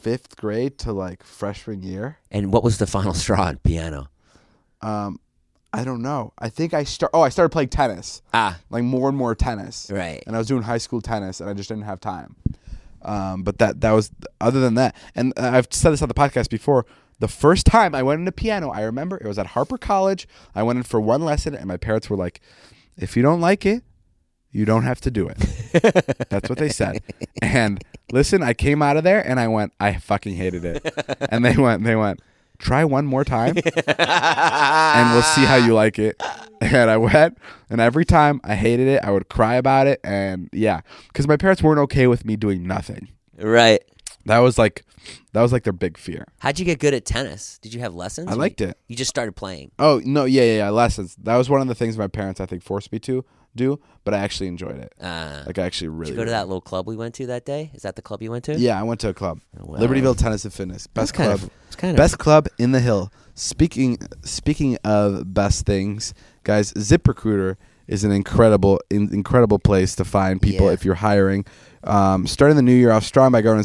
Speaker 2: fifth grade to like freshman year.
Speaker 3: And what was the final straw in piano?
Speaker 2: Um, I don't know. I think I start. Oh, I started playing tennis.
Speaker 3: Ah,
Speaker 2: like more and more tennis.
Speaker 3: Right.
Speaker 2: And I was doing high school tennis, and I just didn't have time. Um, but that that was other than that, and uh, I've said this on the podcast before. The first time I went into piano, I remember it was at Harper College. I went in for one lesson, and my parents were like, "If you don't like it, you don't have to do it." That's what they said. And listen, I came out of there and I went, I fucking hated it. And they went, they went, try one more time and we'll see how
Speaker 3: Ah.
Speaker 2: you like it. And I went, and every time I hated it, I would cry about it. And yeah, because my parents weren't okay with me doing nothing.
Speaker 3: right.
Speaker 2: That was like, that was like their big fear.
Speaker 3: How'd you get good at tennis? Did you have lessons?
Speaker 2: I liked it.
Speaker 3: You just started playing.
Speaker 2: Oh no, yeah, yeah, yeah. Lessons. That was one of the things my parents, I think, forced me to do. But I actually enjoyed it.
Speaker 3: Uh,
Speaker 2: Like I actually really.
Speaker 3: Go to that little club we went to that day. Is that the club you went to?
Speaker 2: Yeah, I went to a club,
Speaker 3: Wow.
Speaker 2: Libertyville Tennis and Fitness, best
Speaker 3: kind
Speaker 2: club,
Speaker 3: of- it's kind of-
Speaker 2: best club in the hill. Speaking speaking of best things, guys, ZipRecruiter is an incredible in, incredible place to find people
Speaker 3: Yeah.
Speaker 2: if you're hiring. Um, starting the new year off strong by going to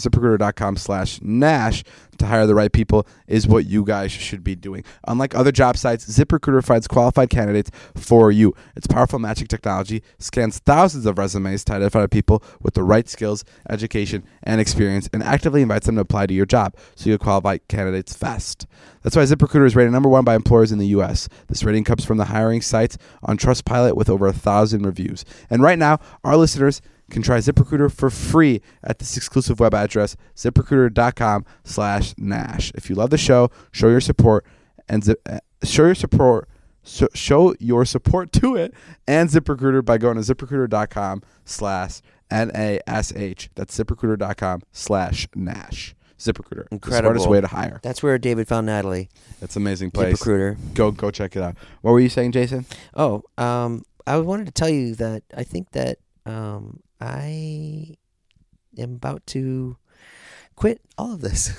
Speaker 2: ZipRecruiter.com/slash/nash to hire the right people is what you guys should be doing. Unlike other job sites, ZipRecruiter finds qualified candidates for you. Its powerful matching technology scans thousands of resumes to identify people with the right skills, education, and experience, and actively invites them to apply to your job so you qualify candidates fast. That's why ZipRecruiter is rated number one by employers in the U.S. This rating comes from the hiring sites on Trustpilot with over a thousand reviews. And right now, our listeners can try ZipRecruiter for free at this exclusive web address, ziprecruiter.com slash Nash. If you love the show, show your support and zip, uh, show your support so show your support to it and ZipRecruiter by going to ziprecruiter.com slash N-A-S-H. That's ziprecruiter.com slash Nash. ZipRecruiter.
Speaker 3: Incredible.
Speaker 2: The smartest way to hire.
Speaker 3: That's where David found Natalie.
Speaker 2: It's an amazing place.
Speaker 3: ZipRecruiter.
Speaker 2: Go go check it out. What were you saying, Jason?
Speaker 3: Oh, um, I wanted to tell you that I think that um, I am about to quit all of this.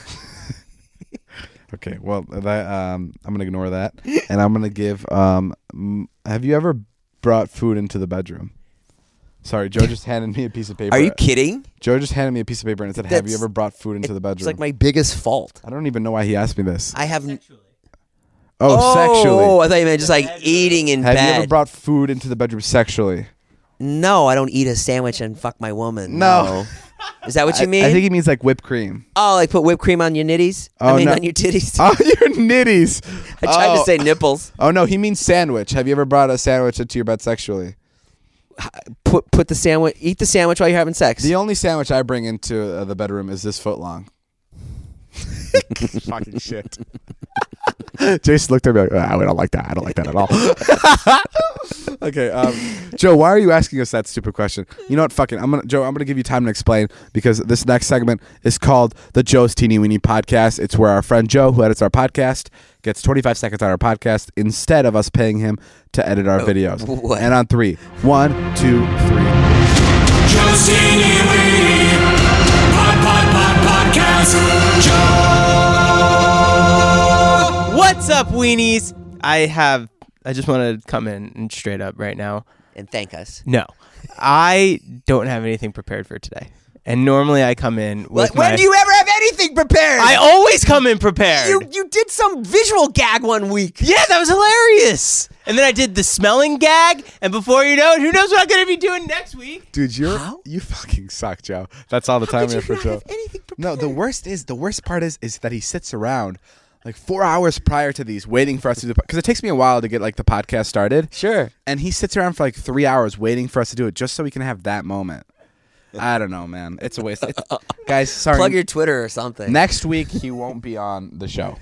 Speaker 2: Okay, well, that, um, I'm gonna ignore that, and I'm gonna give. Um, m- have you ever brought food into the bedroom? Sorry, Joe just handed me a piece of paper.
Speaker 3: Are you kidding?
Speaker 2: Joe just handed me a piece of paper and said, "Have you
Speaker 3: That's-
Speaker 2: ever brought food into the bedroom?"
Speaker 3: It's like my biggest fault.
Speaker 2: I don't even know why he asked me this.
Speaker 3: I have. n-
Speaker 2: oh,
Speaker 3: Oh,
Speaker 2: sexually.
Speaker 3: I thought you meant just like eating in
Speaker 2: Have
Speaker 3: bed.
Speaker 2: you ever brought food into the bedroom sexually?
Speaker 3: no, I don't eat a sandwich and fuck my woman.
Speaker 2: No.
Speaker 3: Is that what you
Speaker 2: I-
Speaker 3: mean?
Speaker 2: I, think he means like whipped cream.
Speaker 3: oh, like put whipped cream on your nitties? I
Speaker 2: Oh,
Speaker 3: mean,
Speaker 2: no.
Speaker 3: on your titties.
Speaker 2: Oh, your nitties.
Speaker 3: I tried
Speaker 2: Oh.
Speaker 3: to say nipples.
Speaker 2: Oh no, he means sandwich. Have you ever brought a sandwich into your bed sexually?
Speaker 3: Put put the sandwich. Eat the sandwich while you're having sex.
Speaker 2: The only sandwich I bring into uh, the bedroom is this foot long. Fucking shit. Jason looked at me like, "Ah, I don't like that. I don't like that at all. okay, um, Joe, why are you asking us that stupid question? You know what? Fucking, I'm gonna Joe. I'm gonna give you time to explain because this next segment is called the Joe's Teeny Weeny Podcast. It's where our friend Joe, who edits our podcast, gets 25 seconds on our podcast instead of us paying him to edit our videos.
Speaker 3: what?
Speaker 2: And on three, one, two, three.
Speaker 5: Just teeny weeny. Pod, pod, pod, podcast.
Speaker 6: What's up, weenies? I have. I just want to come in and straight up right now.
Speaker 3: and thank us.
Speaker 6: No, I don't have anything prepared for today. And normally I come in with
Speaker 3: Like, when
Speaker 6: my-
Speaker 3: do you ever have anything prepared?
Speaker 6: I always come in prepared.
Speaker 3: you you did some visual gag one week.
Speaker 6: yeah, that was hilarious. And then I did the smelling gag, and before you know it, who knows what I'm gonna be doing next week?
Speaker 2: Dude, you're you fucking suck, Joe. That's all the time we have for Joe. No, the worst is the worst part is is that he sits around like four hours prior to these, waiting for us to do because it takes me a while to get like the podcast started.
Speaker 3: Sure.
Speaker 2: And he sits around for like three hours waiting for us to do it, just so we can have that moment. I don't know, man. It's a waste. It's, guys, sorry.
Speaker 3: Plug your Twitter or something.
Speaker 2: Next week he won't be on the show.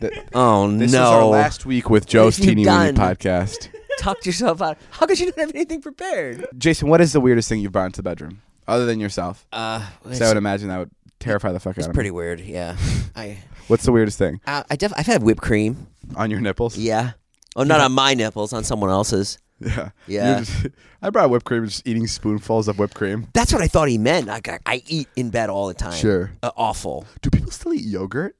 Speaker 2: Th-
Speaker 3: oh
Speaker 2: This
Speaker 3: no!
Speaker 2: is our last week with Joe's
Speaker 3: have you
Speaker 2: Teeny Weeny
Speaker 3: done?
Speaker 2: podcast.
Speaker 3: Tucked yourself out. How could you not have anything prepared?
Speaker 2: Jason, what is the weirdest thing you've brought into the bedroom other than yourself?
Speaker 3: Uh, um,
Speaker 2: So I would imagine that would terrify the fuck out of me.
Speaker 3: pretty weird. Yeah, I
Speaker 2: What's the weirdest thing
Speaker 3: uh, I def- I've had whipped cream.
Speaker 2: on your nipples?
Speaker 3: Yeah. Oh, not on my nipples, on someone else's.
Speaker 2: yeah.
Speaker 3: Yeah.
Speaker 2: You just- I brought whipped cream, just eating spoonfuls of whipped cream.
Speaker 3: That's what I thought he meant. I, got- I eat in bed all the time.
Speaker 2: Sure.
Speaker 3: Uh, awful.
Speaker 2: Do people still eat yogurt?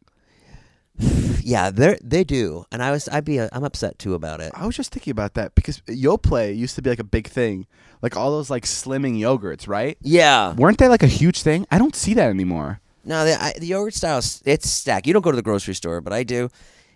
Speaker 3: Yeah, they they do, and I was I'd be i I'm upset too about it.
Speaker 2: I was just thinking about that because Yoplait used to be like a big thing, like all those like slimming yogurts, right?
Speaker 3: Yeah.
Speaker 2: Weren't they like a huge thing? I don't see that anymore.
Speaker 3: No, the, I, the yogurt style is- it's stacked. You don't go to the grocery store, but I do,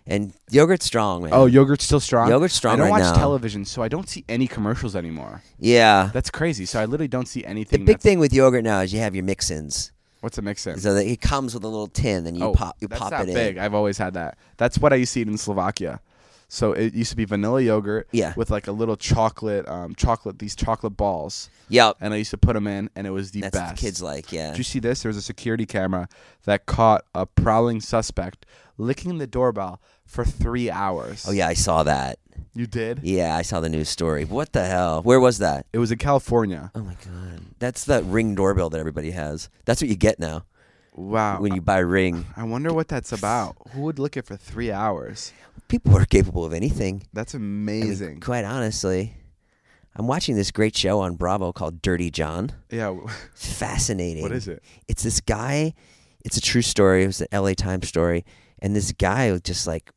Speaker 3: and yogurt's strong, man.
Speaker 2: Oh, yogurt's still strong.
Speaker 3: Yogurt's strong
Speaker 2: I don't
Speaker 3: right
Speaker 2: watch
Speaker 3: now.
Speaker 2: television, so I don't see any commercials anymore.
Speaker 3: yeah.
Speaker 2: That's crazy. So I literally don't see
Speaker 3: The
Speaker 2: anything.
Speaker 3: big
Speaker 2: that's-
Speaker 3: thing with yogurt now is you have your mix-ins,
Speaker 2: What's a mix in?
Speaker 3: so that it comes with a little tin, and you pop you
Speaker 2: Oh, that's
Speaker 3: pop
Speaker 2: not
Speaker 3: it
Speaker 2: big.
Speaker 3: in.
Speaker 2: I've always had that. That's what I used to eat in Slovakia. So it used to be vanilla yogurt
Speaker 3: Yeah.
Speaker 2: with like a little chocolate, um, chocolate these chocolate balls,
Speaker 3: Yep,
Speaker 2: and I used to put them in, and it was the
Speaker 3: that's
Speaker 2: best.
Speaker 3: what the kids like. Yeah,
Speaker 2: Did you see this? There was a security camera that caught a prowling suspect licking the doorbell for three hours.
Speaker 3: Oh yeah, I saw that.
Speaker 2: you did.
Speaker 3: Yeah, I saw the news story. What the hell? Where was that?
Speaker 2: It was in California.
Speaker 3: Oh my god, that's the ring doorbell that everybody has. That's what you get now
Speaker 2: Wow.
Speaker 3: when you buy Ring.
Speaker 2: I wonder what that's about. Who would lick it for three hours?
Speaker 3: People are capable of anything.
Speaker 2: That's
Speaker 3: I mean,
Speaker 2: amazing.
Speaker 3: quite honestly, I'm watching this great show on Bravo called Dirty John.
Speaker 2: yeah. w-
Speaker 3: It's fascinating.
Speaker 2: What is it?
Speaker 3: It's this guy. It's a true story. It was an LA Times story, and this guy was just like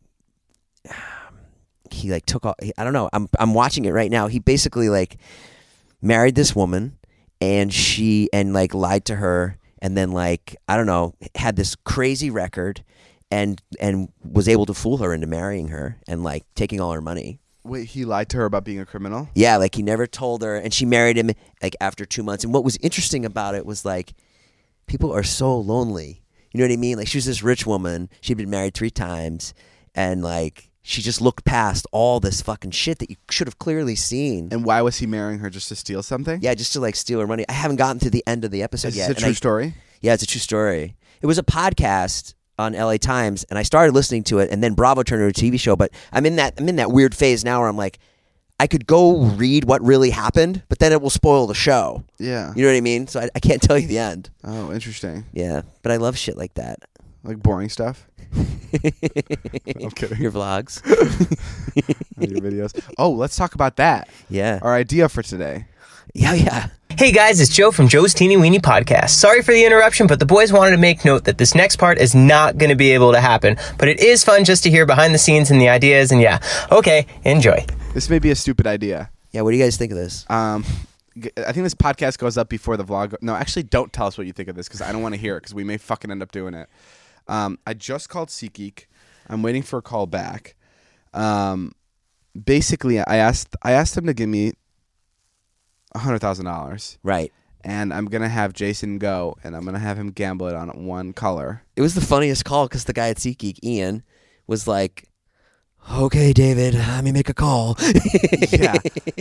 Speaker 3: he like took off. I don't know. I'm I'm watching it right now. He basically like married this woman, and she and like lied to her, and then like I don't know had this crazy record, and and was able to fool her into marrying her and like taking all her money.
Speaker 2: Wait, he lied to her about being a criminal.
Speaker 3: Yeah, like he never told her, and she married him like after two months. And what was interesting about it was like people are so lonely. You know what I mean? Like she was this rich woman. She'd been married three times, and like she just looked past all this fucking shit that you should have clearly seen.
Speaker 2: And why was he marrying her just to steal something?
Speaker 3: yeah, just to like steal her money. I haven't gotten to the end of the episode
Speaker 2: Is
Speaker 3: yet.
Speaker 2: this a
Speaker 3: and
Speaker 2: true
Speaker 3: I-
Speaker 2: story?
Speaker 3: Yeah, it's a true story. It was a podcast on LA Times, and I started listening to it, and then Bravo turned it into a TV show. But I'm in that I'm in that weird phase now where I'm like, I could go read what really happened, but then it will spoil the show.
Speaker 2: Yeah.
Speaker 3: You know what I mean? So I, I can't tell you the end.
Speaker 2: Oh, interesting.
Speaker 3: Yeah, but I love shit like that.
Speaker 2: Like boring stuff. I'm kidding.
Speaker 3: Your vlogs,
Speaker 2: Your videos. Oh, let's talk about that.
Speaker 3: yeah,
Speaker 2: Our idea for today.
Speaker 3: yeah, yeah.
Speaker 6: Hey guys, it's Joe from Joe's Teeny Weeny Podcast. Sorry for the interruption, but the boys wanted to make note that this next part is not going to be able to happen. But it is fun just to hear behind the scenes and the ideas, and yeah. Okay, enjoy.
Speaker 2: This may be a stupid idea.
Speaker 3: Yeah, what do you guys think of this?
Speaker 2: Um, g- I think this podcast goes up before the vlog. No, actually, don't tell us what you think of this because I don't want to hear it because we may fucking end up doing it. Um, I just called SeatGeek. I'm waiting for a call back. Um, basically, I asked I asked them to give me hundred thousand dollars,
Speaker 3: right.
Speaker 2: and I'm gonna have Jason go, and I'm gonna have him gamble it on one color.
Speaker 3: It was the funniest call because the guy at SeatGeek, Ian, was like, "Okay, David, let me make a call."
Speaker 2: yeah.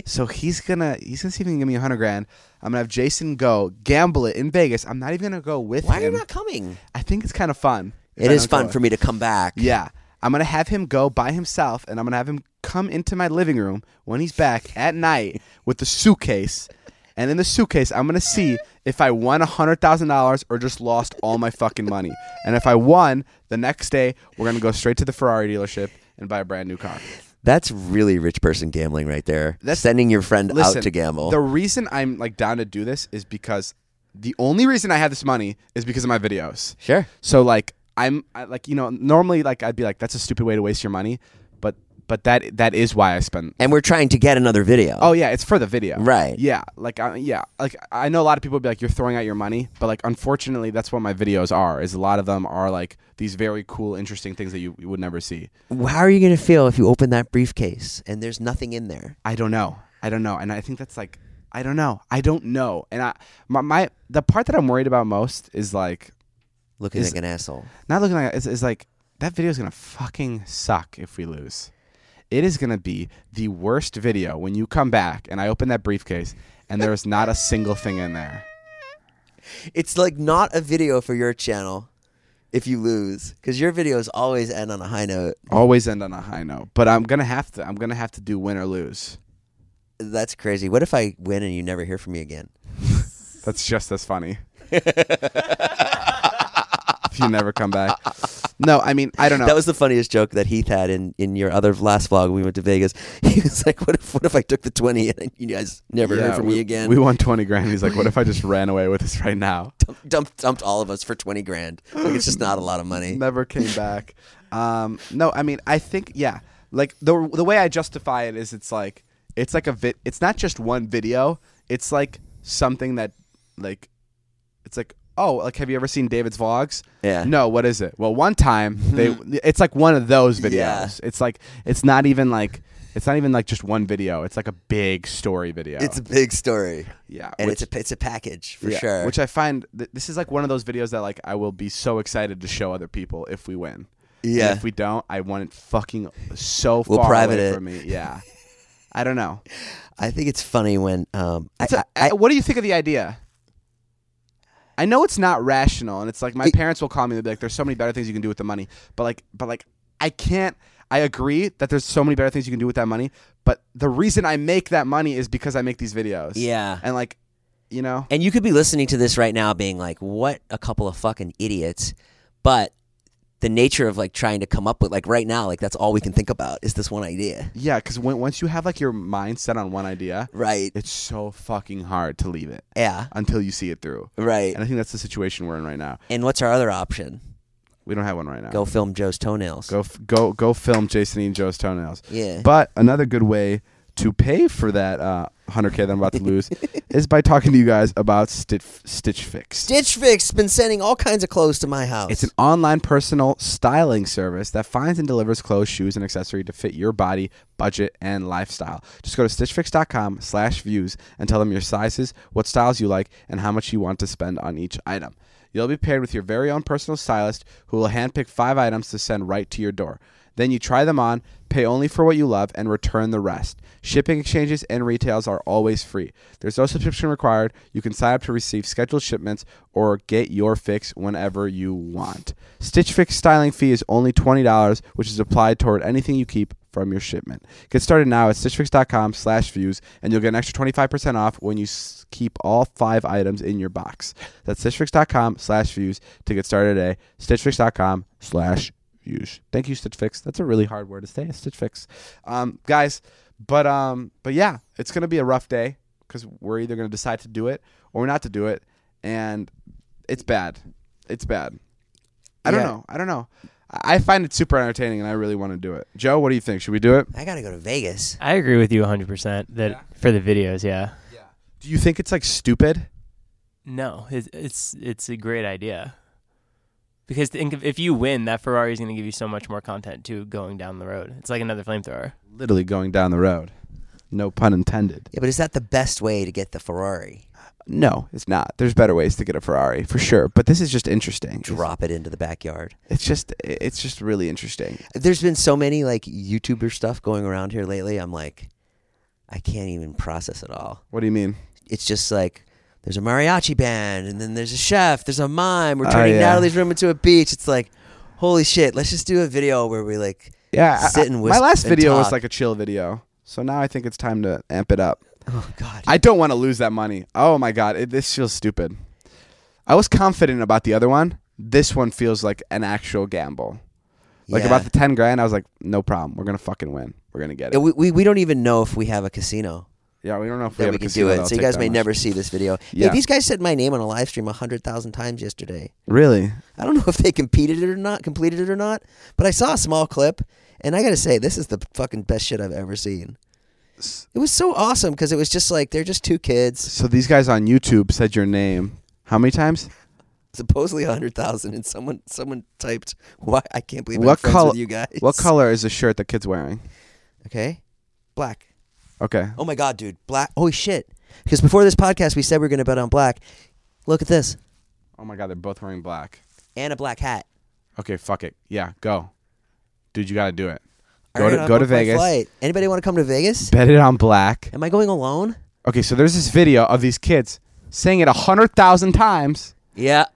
Speaker 2: So he's gonna he's gonna see if he can give me a hundred grand. I'm gonna have Jason go gamble it in Vegas. I'm not even gonna go with
Speaker 3: Why are
Speaker 2: him.
Speaker 3: you not coming?
Speaker 2: I think it's kind of fun.
Speaker 3: It is fun for me to come back.
Speaker 2: Yeah. I'm gonna have him go by himself, and I'm gonna have him come into my living room when he's back at night with the suitcase. And in the suitcase, I'm gonna see if I won hundred thousand dollars or just lost all my fucking money. And if I won, the next day we're gonna go straight to the Ferrari dealership and buy a brand new car.
Speaker 3: That's really rich person gambling right there.
Speaker 2: That's-
Speaker 3: Sending your friend
Speaker 2: Listen,
Speaker 3: out to gamble.
Speaker 2: The reason I'm like down to do this is because the only reason I have this money is because of my videos.
Speaker 3: sure.
Speaker 2: So like I'm I, like you know normally like I'd be like that's a stupid way to waste your money, but but that that is why I spend.
Speaker 3: And we're trying to get another video.
Speaker 2: Oh yeah, it's for the video.
Speaker 3: Right.
Speaker 2: Yeah, like I, yeah, like I know a lot of people would be like you're throwing out your money, but like unfortunately that's what my videos are. Is a lot of them are like these very cool interesting things that you, you would never see.
Speaker 3: How are you going to feel if you open that briefcase and there's nothing in there?
Speaker 2: I don't know. I don't know. And I think that's like I don't know. I don't know. And I my, my the part that I'm worried about most is like
Speaker 3: Looking
Speaker 2: Is-
Speaker 3: like an asshole.
Speaker 2: not looking like it's, it's like that video's gonna fucking suck if we lose. It is gonna be the worst video when you come back and I open that briefcase and there is not a single thing in there.
Speaker 3: It's like not a video for your channel if you lose because your videos always end on a high note.
Speaker 2: Always end on a high note, but I'm gonna have to. I'm gonna have to do win or lose.
Speaker 3: That's crazy. What if I win and you never hear from me again?
Speaker 2: That's just as funny. if you never come back, no. I mean, I don't know.
Speaker 3: That was the funniest joke that Heath had in, in your other last vlog. when We went to Vegas. He was like, "What if what if I took the twenty and you guys never heard
Speaker 2: Yeah,
Speaker 3: from
Speaker 2: we,
Speaker 3: me again?
Speaker 2: We won twenty grand. He's like, what if I just ran away with this right now?
Speaker 3: dumped dumped all of us for twenty grand. Like it's just not a lot of money.
Speaker 2: Never came back. Um, no, I mean, I think yeah. Like the the way I justify it is, it's like it's like a vid. It's not just one video. It's like something that like it's like oh like have you ever seen David's vlogs?
Speaker 3: Yeah.
Speaker 2: No, what is it? Well, one time they it's like one of those videos.
Speaker 3: Yeah.
Speaker 2: It's like it's not even like. It's not even like just one video. It's like a big story video.
Speaker 3: It's a big story.
Speaker 2: yeah,
Speaker 3: and
Speaker 2: which-
Speaker 3: it's a it's a package for
Speaker 2: Yeah,
Speaker 3: sure.
Speaker 2: Which I find th- this is like one of those videos that like I will be so excited to show other people if we win. And
Speaker 3: Yeah.
Speaker 2: if we don't, I want it fucking so far
Speaker 3: We'll private
Speaker 2: away
Speaker 3: it.
Speaker 2: from me. Yeah. I don't know.
Speaker 3: I think it's funny when um I,
Speaker 2: So,
Speaker 3: I- I-
Speaker 2: what do you think of the idea? I know it's not rational, and it's like my
Speaker 3: It-
Speaker 2: parents will call me and they'll be like, "There's so many better things you can do with the money," but like, but like, I can't. I agree that there's so many better things you can do with that money, but the reason I make that money is because I make these videos.
Speaker 3: yeah.
Speaker 2: and like, you know,
Speaker 3: And you could be listening to this right now being like, what a couple of fucking idiots. But the nature of like trying to come up with like right now, like that's all we can think about is this one idea.
Speaker 2: Yeah, because when, once you have like your mind set on one idea,
Speaker 3: Right.
Speaker 2: it's so fucking hard to leave it
Speaker 3: Yeah.
Speaker 2: until you see it through.
Speaker 3: Right.
Speaker 2: And I think that's the situation we're in right now.
Speaker 3: And what's our other option?
Speaker 2: We don't have one right now.
Speaker 3: Go film Joe's toenails.
Speaker 2: go, f- go, go film Jason and Joe's toenails.
Speaker 3: Yeah.
Speaker 2: But another good way to pay for that uh, 100k that I'm about to lose is by talking to you guys about Stitch Stitch Fix.
Speaker 3: Stitch Fix been sending all kinds of clothes to my house.
Speaker 2: It's an online personal styling service that finds and delivers clothes, shoes, and accessories to fit your body, budget, and lifestyle. Just go to stitchfix.com slash views and tell them your sizes, what styles you like, and how much you want to spend on each item. You'll be paired with your very own personal stylist who will handpick five items to send right to your door. Then you try them on, pay only for what you love, and return the rest. Shipping exchanges and retails are always free. There's no subscription required. You can sign up to receive scheduled shipments or get your fix whenever you want. Stitch Fix styling fee is only $20, which is applied toward anything you keep from your shipment. Get started now at stitchfix.com slash views, and you'll get an extra 25% off when you s- keep all five items in your box. That's stitchfix.com slash views to get started today. stitchfix.com slash Huge. Thank you, Stitch Fix. That's a really hard word to say, Stitch Fix. Um, guys, but um, but yeah, it's gonna be a rough day 'cause because we're either going to decide to do it or not to do it, and it's bad. It's bad. I don't
Speaker 3: Yeah.
Speaker 2: know. I don't know. I I find it super entertaining, and I really want to do it. Joe, what do you think? Should we do it?
Speaker 3: I gotta go to Vegas.
Speaker 7: I agree with you 100% that for the videos, yeah.
Speaker 2: Do you think it's like stupid?
Speaker 7: No, it's it's it's a great idea. Because think of, if you win, that Ferrari is going to give you so much more content too going down the road. It's like another flamethrower.
Speaker 2: Literally going down the road. No pun intended.
Speaker 3: Yeah, but is that the best way to get the Ferrari?
Speaker 2: No, it's not. There's better ways to get a Ferrari for sure, but this is just interesting. It's-
Speaker 3: Drop it into the backyard.
Speaker 2: It's just it's just really interesting.
Speaker 3: There's been so many like YouTuber stuff going around here lately. I'm like, I can't even process it all.
Speaker 2: What do you mean?
Speaker 3: It's just like there's a mariachi band, and then there's a chef, there's a mime. We're
Speaker 2: Oh,
Speaker 3: turning
Speaker 2: yeah.
Speaker 3: Natalie's room into a beach. It's like, holy shit! Let's just do a video where we like,
Speaker 2: Yeah, I-
Speaker 3: Sit and
Speaker 2: I-
Speaker 3: whisp
Speaker 2: my last
Speaker 3: and
Speaker 2: video was
Speaker 3: talk.
Speaker 2: like a chill video, so now I think it's time to amp it up.
Speaker 3: oh god,
Speaker 2: I don't want to lose that money. Oh my god, it, this feels stupid. I was confident about the other one. This one feels like an actual gamble. Like
Speaker 3: Yeah.
Speaker 2: about the ten grand, I was like, no problem. We're gonna fucking win. We're gonna get
Speaker 3: Yeah,
Speaker 2: it.
Speaker 3: we, we, we don't even know if we have a casino
Speaker 2: Yeah, we don't know if we have
Speaker 3: that we
Speaker 2: a
Speaker 3: can do
Speaker 2: casino
Speaker 3: it.
Speaker 2: that'll
Speaker 3: So you
Speaker 2: take
Speaker 3: guys
Speaker 2: that
Speaker 3: may
Speaker 2: much.
Speaker 3: never see this video. Yeah.
Speaker 2: Yeah.
Speaker 3: these guys said my name on a live stream hundred thousand times yesterday.
Speaker 2: Really?
Speaker 3: I don't know if they competed it or not, completed it or not, but I saw a small clip, and I gotta say, this is the fucking best shit I've ever seen. It was so awesome because it was just like they're just two kids,
Speaker 2: So these guys on YouTube said your name how many times?
Speaker 3: supposedly hundred thousand, and someone someone typed, "Why I can't believe I'm
Speaker 2: what
Speaker 3: friends
Speaker 2: color?
Speaker 3: with you guys."
Speaker 2: What color is the shirt the kid's wearing?
Speaker 3: Okay, black.
Speaker 2: Okay.
Speaker 3: Oh my god, dude, black. Holy shit! Because before this podcast, we said we were gonna bet on black. Look at this,
Speaker 2: Oh my god, they're both wearing black.
Speaker 3: and a black hat.
Speaker 2: Okay, fuck it. Yeah, go. Dude, you gotta do it.
Speaker 3: I
Speaker 2: Go
Speaker 3: ran
Speaker 2: to
Speaker 3: up
Speaker 2: go to
Speaker 3: off my
Speaker 2: Vegas.
Speaker 3: flight. Anybody want to come to Vegas?
Speaker 2: Bet it on black.
Speaker 3: Am I going alone?
Speaker 2: Okay, so there's this video of these kids saying it a hundred thousand times.
Speaker 3: Yeah.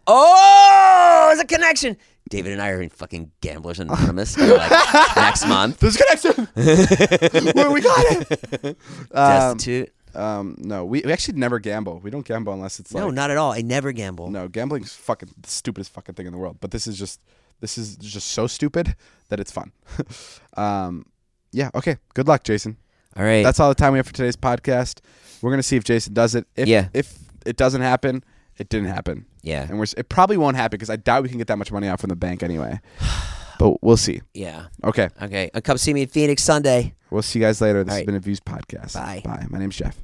Speaker 3: Oh, there's a connection. David and I are in fucking Gamblers Anonymous for, like, next month.
Speaker 2: There's a connection. we, we got it. Um,
Speaker 3: Destitute.
Speaker 2: um, no, we, we actually never gamble. We don't gamble unless it's like
Speaker 3: no, not at all. I never gamble.
Speaker 2: no gambling's fucking the stupidest fucking thing in the world. But this is just this is just so stupid that it's fun. um, yeah. Okay. Good luck, Jason.
Speaker 3: All right.
Speaker 2: That's all the time we have for today's podcast. We're gonna see if Jason does it. If,
Speaker 3: Yeah.
Speaker 2: If it doesn't happen, it didn't happen.
Speaker 3: Yeah.
Speaker 2: And we're s- it probably won't happen because I doubt we can get that much money out from the bank anyway. But we'll see.
Speaker 3: yeah.
Speaker 2: Okay.
Speaker 3: Okay. Uh, come see me in Phoenix Sunday.
Speaker 2: We'll see you guys later. This
Speaker 3: All
Speaker 2: has
Speaker 3: right.
Speaker 2: been a Views podcast.
Speaker 3: Bye.
Speaker 2: Bye. My name's Jeff.